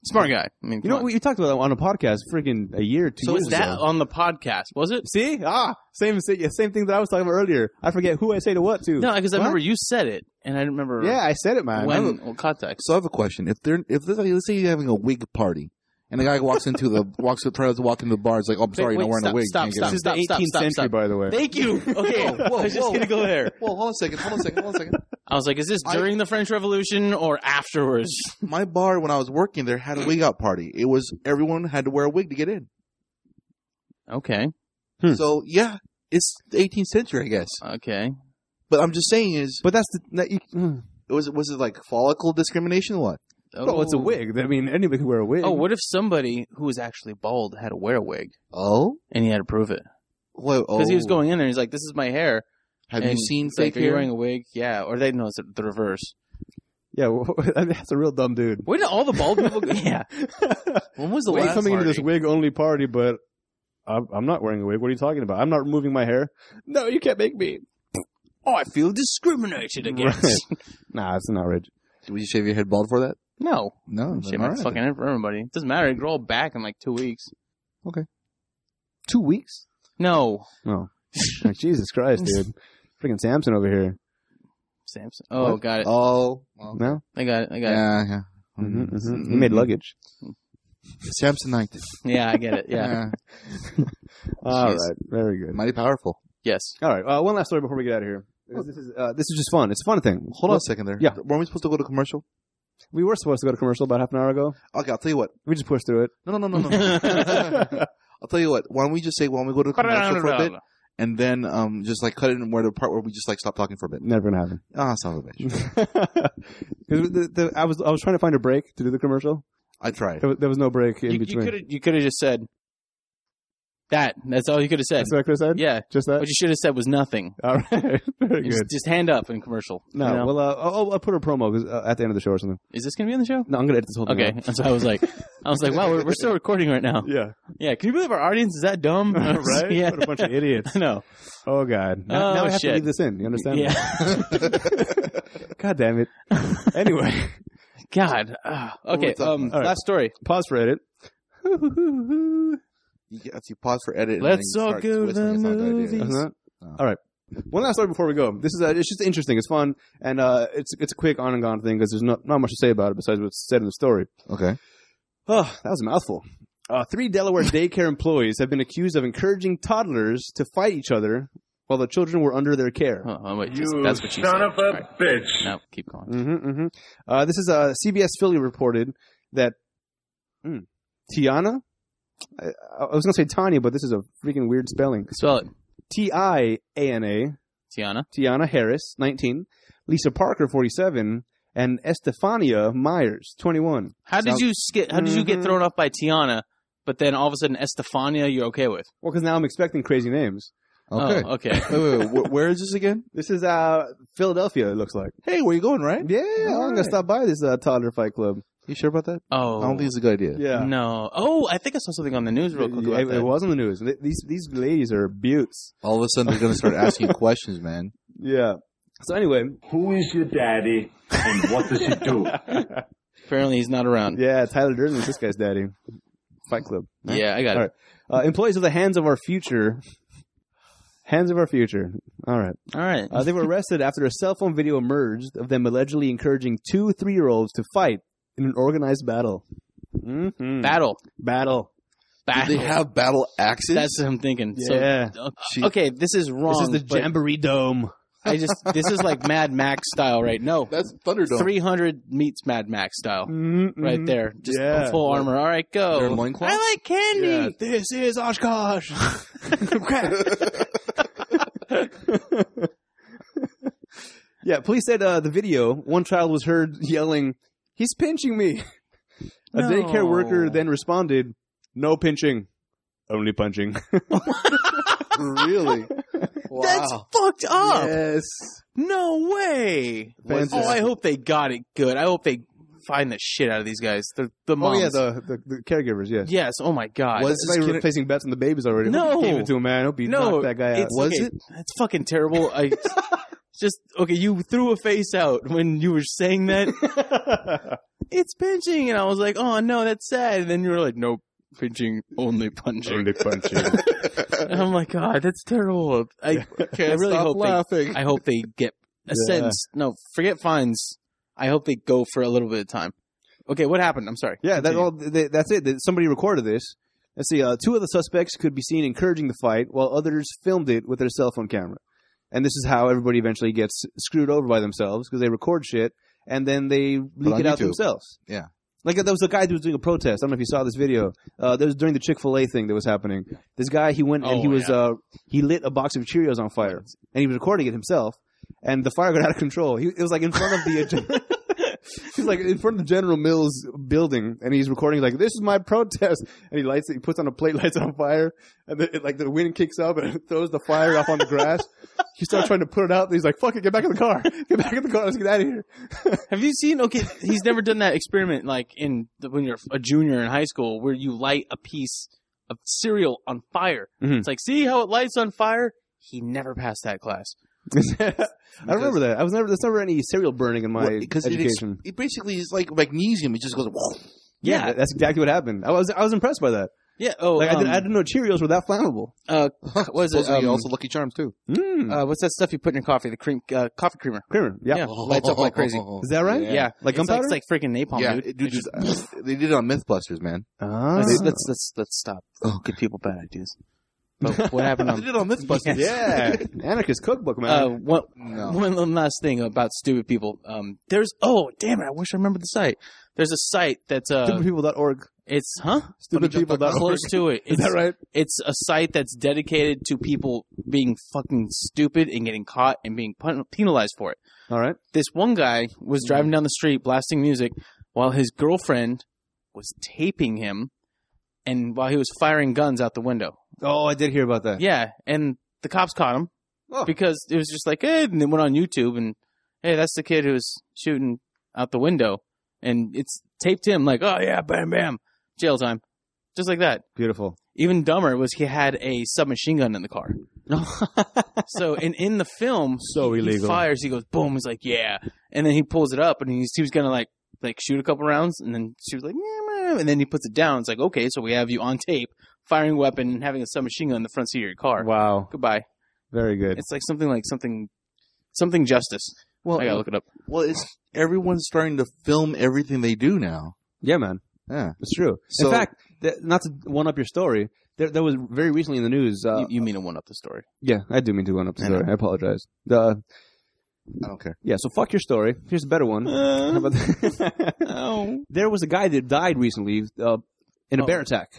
B: Smart guy. I mean,
A: You
B: come
A: know,
B: on.
A: we you talked about that on a podcast, freaking a year, or two
B: so
A: years
B: was that
A: ago.
B: on the podcast? Was it?
A: See, ah, same same same thing that I was talking about earlier. I forget who I say to what to.
B: No, because I
A: What?
B: remember you said it, and I didn't remember.
A: yeah, I said it, man.
B: when
A: Remember-
B: well, context.
C: So I have a question. If they're if this, like, let's say you're having a wig party and the guy walks into the walks tries to walk into the bar, it's like, oh, I'm sorry,
B: wait,
C: you're not wearing
B: stop,
C: a wig.
B: stop,
C: Can't get
B: stop.
C: in.
A: this is the 18th
B: stop, stop,
A: century,
B: stop.
A: by the way.
B: Thank you. Okay,
C: Whoa, whoa,
B: I was just
C: whoa.
B: gonna go there.
C: Well, hold on a second. Hold on a second. Hold on a second.
B: I was like, is this
C: I-
B: during the French Revolution or afterwards?
C: My bar when I was working there had a wig out party. It was everyone had to wear a wig to get in.
B: Okay,
A: Hmm.
C: So yeah, it's the 18th century, I guess.
B: okay.
C: But I'm just saying is,
A: But that's the that you, mm.
C: was it was it like follicle discrimination? or What?
B: Oh,
A: well, it's a wig. I mean, anybody can wear a wig.
B: Oh, what if somebody who was actually bald had to wear a wig
C: Oh,
B: and he had to prove it
C: well,
B: because
C: oh.
B: he was going in there. He's like, this is my hair.
C: Have you
B: And
C: seen
B: it's
C: fake
B: like, Are you
C: hair?
B: wearing a wig? Yeah, or they know it's the reverse.
A: Yeah, well, I mean, that's a real dumb dude.
B: When did all the bald people? go? Yeah. When was the
A: Why are you
B: last
A: coming
B: party?
A: into this wig only party, but I'm, I'm not wearing a wig. What are you talking about? I'm not removing my hair. No, you can't make me.
B: Oh, I feel discriminated against.
A: Nah, it's an outrage.
C: Would you shave your head bald for that?
B: No,
C: No,
B: shit,
C: then
B: my
C: all right.
B: fucking head for everybody. It doesn't matter. Grow all back in like two weeks.
A: Two weeks?
B: No,
A: Jesus Christ, dude. Freaking Samson over here.
B: Samson. Oh,
A: What?
B: got it.
C: Oh, well,
A: No?
B: I got it. I got it.
C: yeah, yeah. Mm-hmm.
A: hmm
B: mm-hmm.
A: hmm He made luggage.
C: Samsonite.
B: Yeah, I get it. Yeah.
A: All
C: Jeez.
A: right. Very good.
C: mighty powerful.
B: yes.
A: All right. Uh, one last story before we get out of here.
B: Oh.
A: This this is, uh, this is just fun. It's a fun thing.
C: Hold on a second there.
A: Yeah.
C: Weren't we supposed to go to commercial?
A: We were supposed to go to commercial about half an hour ago.
C: Okay, I'll tell you what.
A: We just pushed through it.
C: No, no, no, no, no. I'll tell you what. Why don't we just say why don't we go to commercial for a bit and then um just like cut it in where the part where we just like stop talking for a bit.
A: Never gonna happen.
C: Ah, son of a bitch.
A: 'Cause the, the, I was I was trying to find a break to do the commercial.
C: I tried.
A: There was, there was no break in
B: you, you
A: between.
B: could have you could have just said that. That's all you could have said.
A: That's what I could have said.
B: Yeah.
A: Just that.
B: What you should have said was nothing.
A: All right, very
B: You Just,
A: good.
B: just hand up in commercial.
A: No,
B: you know?
A: well, uh, I'll, I'll put a promo 'cause, uh, at the end of the show or something.
B: is this gonna be on the show?
A: No, I'm gonna edit this whole thing.
B: Okay. And so I was like, I was like, wow, we're, we're still recording right now.
A: out. Yeah.
B: Yeah. Can you believe our audience is that dumb?
A: right.
B: Yeah.
A: What a bunch of idiots.
B: I know.
A: Oh God. Now,
B: Oh,
A: now I have
B: shit.
A: to leave this in. You understand?
B: Yeah.
A: God damn it. anyway,
B: God. Ah,
C: were
B: okay.
C: we talking
B: Um.
A: about? All right.
B: Last story.
A: pause for edit.
C: You, get- if you pause for edit, and
B: Let's
C: then you
B: all
C: start
B: go to
C: whistling, it's not a good idea.
B: movies.
A: Uh-huh.
C: No.
A: All right. One last story before we go. This is uh, it's just interesting. It's fun, and uh, it's it's a quick on and gone thing because there's not not much to say about it besides what's said in the story.
C: Okay.
A: Oh, that was a mouthful. Uh, three Delaware daycare employees have been accused of encouraging toddlers to fight each other while the children were under their care.
B: Oh, oh, wait,
D: You
B: just- that's what you
D: son
B: said.
D: of a
B: All right.
D: bitch.
B: No. Keep going.
A: hmm hmm Uh, this is uh, CBS Philly reported that mm, Tiana. I, I was gonna say Tanya, but this is a freaking weird spelling.
B: Spell it,
A: T I A N A.
B: Tiana.
A: Tiana Harris, 19, Lisa Parker, 47, and Estefania Myers, 21.
B: How did
C: Sounds-
B: you skip? How did you get
A: Mhm.
B: thrown off by Tiana? But then all of a sudden, Estefania, you're okay with?
A: Well, because now I'm expecting crazy names.
C: Okay.
B: Oh, okay.
C: wait, wait, wait. Where, where is this again?
A: This is uh, Philadelphia, it looks like.
C: Hey, where you going? Right?
A: Yeah, I'm going to
C: right.
A: stop by this uh, toddler fight club.
C: You sure about that?
B: Oh,
C: I don't think it's a good idea.
A: Yeah.
B: no. Oh, I think I saw something on the news real quick
A: It,
B: about
A: uh, it
B: that.
A: was on the news. Th- These these ladies are buttes.
C: All of a sudden, they're gonna start asking you questions, man.
A: Yeah. So anyway,
D: Who is your daddy and what does he do?
B: Apparently, he's not around.
A: yeah, Tyler Durden is this guy's daddy. Fight Club.
B: Yeah, I got
A: All
B: it.
A: right. Uh, employees of the Hands of Our Future. Hands of Our Future. All right.
B: All right.
A: Uh, they were arrested after a cell phone video emerged of them allegedly encouraging two three year olds to fight in an organized battle. Mm-hmm.
B: battle,
A: battle.
C: Do
B: battle.
C: they have battle axes.
B: That's what I'm thinking.
A: Yeah.
B: So,
C: She-
B: okay, this is wrong.
A: This is the
B: but
A: Jamboree Dome.
B: I just this is like Mad Max style, right? No,
C: That's Thunderdome.
B: 300 meets Mad Max style, right there. Just
A: Mm-hmm. Yeah.
B: full armor. All right, go.
C: Their loincloth?
B: I like candy.
A: Yeah. This is Oshkosh. Crap. Yeah, police said uh, the video. One child was heard yelling, "He's pinching me." A
B: No.
A: daycare worker then responded, "No pinching, only punching."
C: really? Wow.
B: That's fucked up.
C: Yes.
B: No way.
C: Was
B: oh,
C: it-
B: I hope they got it good. I hope they find the shit out of these guys. The the
A: oh
B: moms.
A: yeah, the, the the caregivers. Yes.
B: yes. Oh my god.
A: Was
C: this
A: they were
C: kid-
A: placing bets on the babies already?
B: No.
A: Gave it to him, man. Hope he
B: No,
A: knocked that guy out.
B: It's- okay, That's fucking terrible. I just okay. You threw a face out when you were saying that. it's pinching, and I was like, oh no, that's sad. And then you were like, nope, pinching only punching.
A: punching.
B: And I'm like, God, that's terrible. I I really
C: Stop
B: hope they
C: laughing.
B: I hope they get a
A: Yeah.
B: sentence. No, forget fines. I hope they go for a little bit of time. Okay, what happened? I'm sorry.
A: Yeah, that,
B: Continue.
A: well, th- that's it. That- Somebody recorded this. Let's see. Uh, two of the suspects could be seen encouraging the fight, while others filmed it with their cell phone camera. And this is how everybody eventually gets screwed over by themselves because they record shit and then they leak
C: on
A: it out
C: YouTube.
A: themselves.
C: Yeah.
A: Like there was a guy who was doing a protest. I don't know if you saw this video. Uh, there was during the Chick Fil A thing that was happening. This guy he went and
B: Oh,
A: he was
B: yeah.
A: uh, he lit a box of Cheerios on fire and he was recording it himself. And the fire got out of control. He, it was like in front of the He's like in front of the General Mills building, and he's recording like, "This is my protest." And he lights it. He puts on a plate, lights it on fire, and then it, like the wind kicks up and it throws the fire off on the grass. he starts trying to put it out. And he's like, "Fuck it, get back in the car, get back in the car, let's get out of here."
B: Have you seen? Okay, he's never done that experiment like in the, when you're a junior in high school, where you light a piece of cereal on fire.
A: Mhm.
B: It's like, see how it lights on fire? He never passed that class.
A: I don't remember that. I was never. There's never any cereal burning in my
C: Well, because it, ex-
A: education.
C: it basically is like magnesium. It just goes.
B: Yeah, yeah.
A: that's exactly what happened. I was I was impressed by that.
B: oh,
A: Like I,
B: um,
A: didn't, I didn't know Cheerios were that flammable.
B: uh, what is it?
C: Supposed to be
B: Um,
C: also Lucky Charms too.
A: Mm.
B: uh, what's that stuff you put in your coffee? The cream, uh, coffee creamer.
A: Creamer, yeah.
B: yeah.
C: Oh.
B: lights up like crazy.
A: Is that right?
B: Yeah,
A: Like
B: it's like,
A: gunpowder.
B: it's like freaking napalm,
C: Yeah,
B: dude.
C: it- dude, it's- they did it on MythBusters, man.
A: Ah.
B: Let's, let's let's let's stop. Oh, give people bad ideas. But what happened
C: they
B: on?
C: did it on MythBusters.
A: yeah, anarchist cookbook man.
B: Uh, one,
C: No.
B: one little last thing about stupid people. Um, there's oh damn it! I wish I remembered the site. There's a site that's uh,
A: Stupidpeople.org.
B: it's huh
A: Stupidpeople.org.
B: close to it.
A: Is
B: It's,
A: that right?
B: It's a site that's dedicated to people being fucking stupid and getting caught and being pun- penalized for it.
A: All right.
B: This one guy
A: Mm-hmm.
B: was driving down the street blasting music while his girlfriend was taping him, and while he was firing guns out the window.
A: Oh, I did hear about that.
B: Yeah, and the cops caught him
A: Oh.
B: because it was just like, hey, and they went on YouTube and, hey, that's the kid who was shooting out the window, and it's taped him like, oh yeah, bam, bam, jail time, just like that.
A: Beautiful.
B: Even dumber was he had a submachine gun in the car. so, and in the film,
A: So
B: he
A: illegal.
B: fires. He goes boom. He's like, yeah, and then he pulls it up, and he's, he was gonna like like shoot a couple rounds, and then she was like, "Meow, meow," and then he puts it down. It's like, okay, so we have you on tape firing weapon and having a submachine gun in the front seat of your car.
A: Wow.
B: Goodbye.
A: Very good.
B: It's like something like something something justice.
C: Well,
B: I gotta look it up.
C: well, it's everyone's starting to film everything they do now.
A: yeah, man.
C: Yeah.
A: It's true.
C: So-
A: in fact, th- not to one up your story, there, there was very recently in the news. Uh,
B: you, you mean to one up the story?
A: yeah, I do mean to one up the
B: I know.
A: story. I apologize. The
C: I don't care.
A: yeah, so fuck your story. Here's a better one. How about that?
B: oh,
A: there was a guy that died recently uh, in a
B: Oh.
A: bear attack.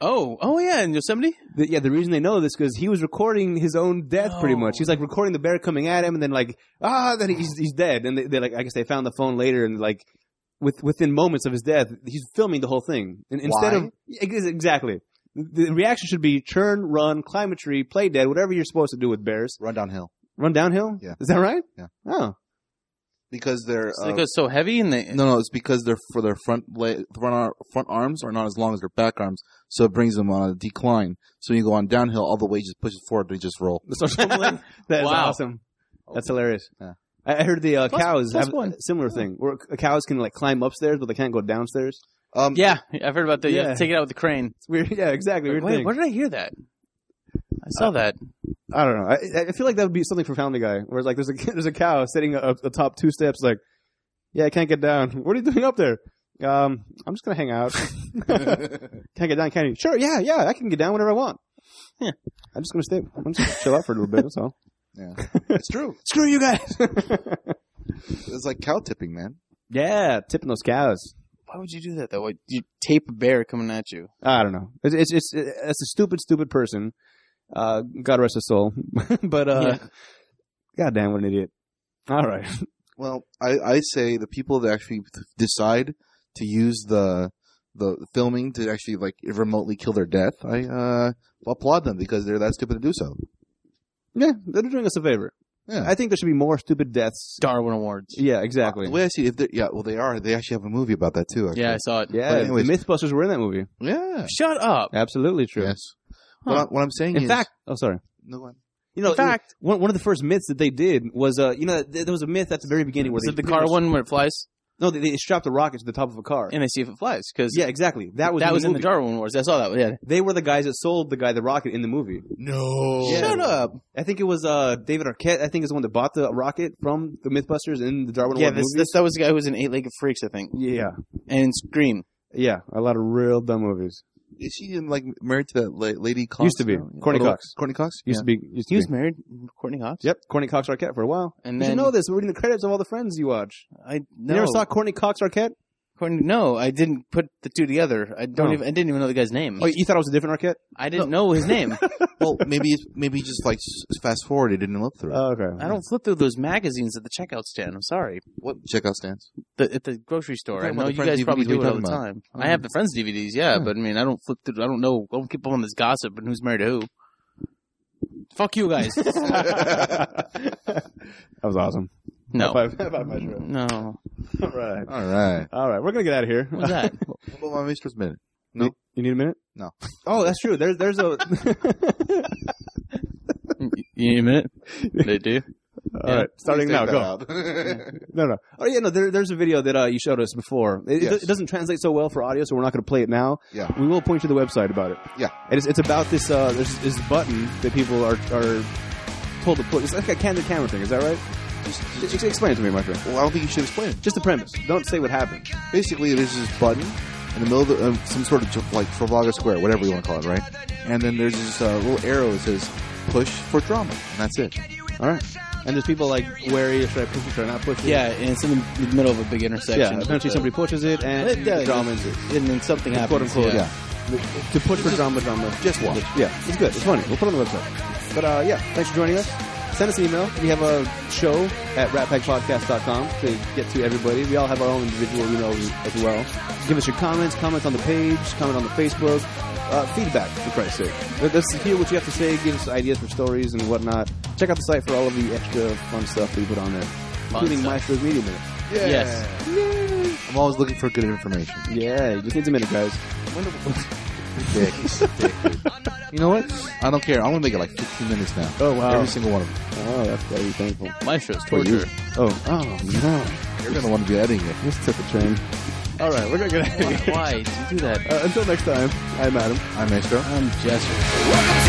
B: oh, oh yeah, in Yosemite.
A: The, yeah, the reason they know this because he was recording his own death pretty
B: No.
A: much. He's like recording the bear coming at him, and then like ah, then he's he's dead. And they, they like I guess they found the phone later, and like with within moments of his death, he's filming the whole thing. And instead
C: Why?
A: of Yeah, ex- exactly, the reaction should be churn, run, climb a tree, play dead, whatever you're supposed to do with bears.
C: Run downhill
A: Run downhill.
C: Yeah.
A: is that right?
C: Yeah.
A: Oh,
C: because they're
B: So it
C: uh,
B: goes so heavy, and they
C: no, no. It's because they're for their front leg, front ar- front arms are not as long as their back arms, so it brings them on a decline. So when you go on downhill, all the way just pushes forward, they just roll.
A: that's that is
B: Wow.
A: awesome. That's hilarious.
C: Yeah.
A: I I heard the uh,
B: Plus-
A: cows
B: plus
A: have
B: one.
A: a similar thing where c- cows can like climb upstairs, but they can't go downstairs.
C: Um,
B: Yeah, I've heard about that. You have
A: Yeah.
B: to take it out with the crane.
A: It's weird. Yeah, exactly. weird
B: Wait,
A: thing. Uh,
B: where did I hear that? I saw that.
A: I don't know. I, I feel like that would be something for Family Guy, where it's like there's a there's a cow sitting up atop two steps, like, yeah, I can't get down. What are you doing up there? Um, I'm just gonna hang out. can't get down, can you? Sure, yeah, yeah, I can get down whenever I want.
B: Yeah.
A: I'm just gonna stay. I'm just gonna chill out for a little bit. That's all.
C: it's true.
A: Screw you guys.
C: It's like cow tipping, man.
A: yeah, tipping those cows.
B: Why would you do that though? Why- You tape a bear coming at you.
A: I don't know. It's it's it's, it's a stupid, stupid person. Uh, God rest his soul. but uh,
B: Yeah.
A: goddamn, what an idiot. All right.
C: Well, I, I say the people that actually decide to use the the filming to actually like remotely kill their death, I uh, applaud them because they're that stupid to do so.
A: Yeah, they're doing us a favor.
C: Yeah,
A: I think there should be more stupid deaths.
B: Darwin Awards.
A: Yeah, exactly.
C: the way I see it, if they're, yeah, well, they are. They actually have a movie about that too. Actually.
B: Yeah, I saw it.
A: yeah,
C: But
A: the
C: anyways-
A: MythBusters were in that movie.
C: yeah,
B: Shut up.
A: Absolutely true.
C: yes. What, I, what I'm saying
A: In
C: is,
A: fact, oh sorry.
C: no one.
A: You know,
B: In fact-
A: one, one of the first myths that they did was, uh, you know, th- there was a myth at the very beginning where
B: Is
A: they
B: it the
A: pretty
B: car
A: much-
B: one where it flies
A: No, they, they strapped a rocket to the top of a car.
B: and they see if it flies? Because
A: yeah, exactly. That
B: that
A: was
B: was that
A: in
B: was
A: the
B: in
A: movie.
B: the Darwin Awards. I saw that. one, Yeah.
A: They were the guys that sold the guy the rocket in the movie.
C: No.
A: Yeah.
B: Shut up.
A: I think it was uh, David Arquette. I think is the one that bought the rocket from the MythBusters in the Darwin
B: Yeah,
A: Award
B: this,
A: movie.
B: this that was the guy who was in Eight Legged Freaks, I think,
A: yeah,
B: and Scream.
A: yeah, a lot of real dumb movies.
C: Is she in, like married to that la- lady? Cox
A: Used to be.
C: now? Yeah.
A: Courtney
C: Oh,
A: Cox.
C: Courtney Cox.
A: Used to be, used to
B: He was
A: be.
B: married, to Courtney Cox.
A: Yep, Courtney Cox Arquette for a while.
B: and
A: Did
B: then
A: you know this? We're reading the credits of all the friends you watch.
B: I
A: You
B: no,
A: never saw Courtney Cox Arquette?
B: Courtney. No, I didn't put the two together. I don't
A: Oh.
B: even. I didn't even know the guy's name.
A: Oh, you thought it was a different Arquette?
B: I didn't know his name.
C: well, maybe it's, maybe just like s- fast forward. It didn't look through.
A: Oh, okay.
B: I don't flip through those magazines at the checkout stand. I'm sorry.
C: what checkout stands?
B: The, at the grocery store. I
C: You're talking
B: know
C: about
B: you
C: the
B: guys
C: Friends
B: probably
C: DVDs we
B: do it all the
C: talking about.
B: time. I have the Friends DVDs, yeah, but I mean, I don't flip through. I don't know. I don't keep up on this gossip and who's married to who. Fuck you guys.
A: That was awesome.
B: no.
A: High five. High five, my friend.
B: No.
A: All right.
C: All right.
A: All right. We're going to get out of here.
B: What's that?
C: What about my mistress minute?
A: You need a minute?
C: No.
A: Oh, that's true. There's there's a.
B: you need a minute? They do.
A: All right. Starting
C: Please
A: now.
C: take
A: Go.
C: that out.
A: No, no. Oh, yeah, no. There, there's a video that uh, you showed us before. It, it
C: Yes.
A: do- it doesn't translate so well for audio, so we're not going to play it now.
C: Yeah.
A: We will point you to the website about it.
C: Yeah.
A: It is, it's about this. Uh, there's this button that people are are told to put. It's like a candid camera thing. Is that right? Just, just explain it to me, my friend.
C: Well, I don't think you should explain it.
A: Just the premise. Don't say what happened.
C: Basically, there's this button in the middle of the, um, some sort of ju- like Trafalgar Square, whatever you want to call it, right? And then there's this uh, little arrow that says "push for drama," and that's it.
A: All right. And there's people like wary. Should I push it? Should I not push it?
B: Yeah, and it's in the middle of a big
A: Yeah.
B: intersection.
A: Eventually, somebody pushes it and
B: It does.
A: drama ensues.
B: And then something happens.
A: quote unquote.
B: yeah.
A: Yeah. To push for drama, drama. Just watch. Yeah, it's good. It's funny. We'll put it on the website. But uh, yeah, thanks for joining us. Send us an email. We have a show at ratpackpodcast.com to get to everybody. We all have our own individual emails as well. Give us your comments, comments on the page, comment on the Facebook, uh, feedback, for Christ's sake. Let- Let's hear what you have to say, give us ideas for stories and whatnot. Check out the site for all of the extra fun stuff we put on there, including
B: stuff.
A: Maestro's Media Minute.
B: Yes.
C: I'm always looking for good information.
A: Yeah, you just needs a minute, guys.
C: Dick. Dick, dude. you know what? I don't care. I'm gonna make it like 15 minutes now.
A: Oh, wow.
C: Every single one of them.
A: Oh, that's gotta be thankful.
B: Maestro's torture.
A: Oh, oh no.
C: You're gonna want to be editing it.
A: This took a turn. All right, we're gonna get out of
B: Why,
A: here.
B: why did you do that?
A: Uh, until next time, I'm Adam.
C: I'm Maestro.
B: I'm Jester.
E: Welcome to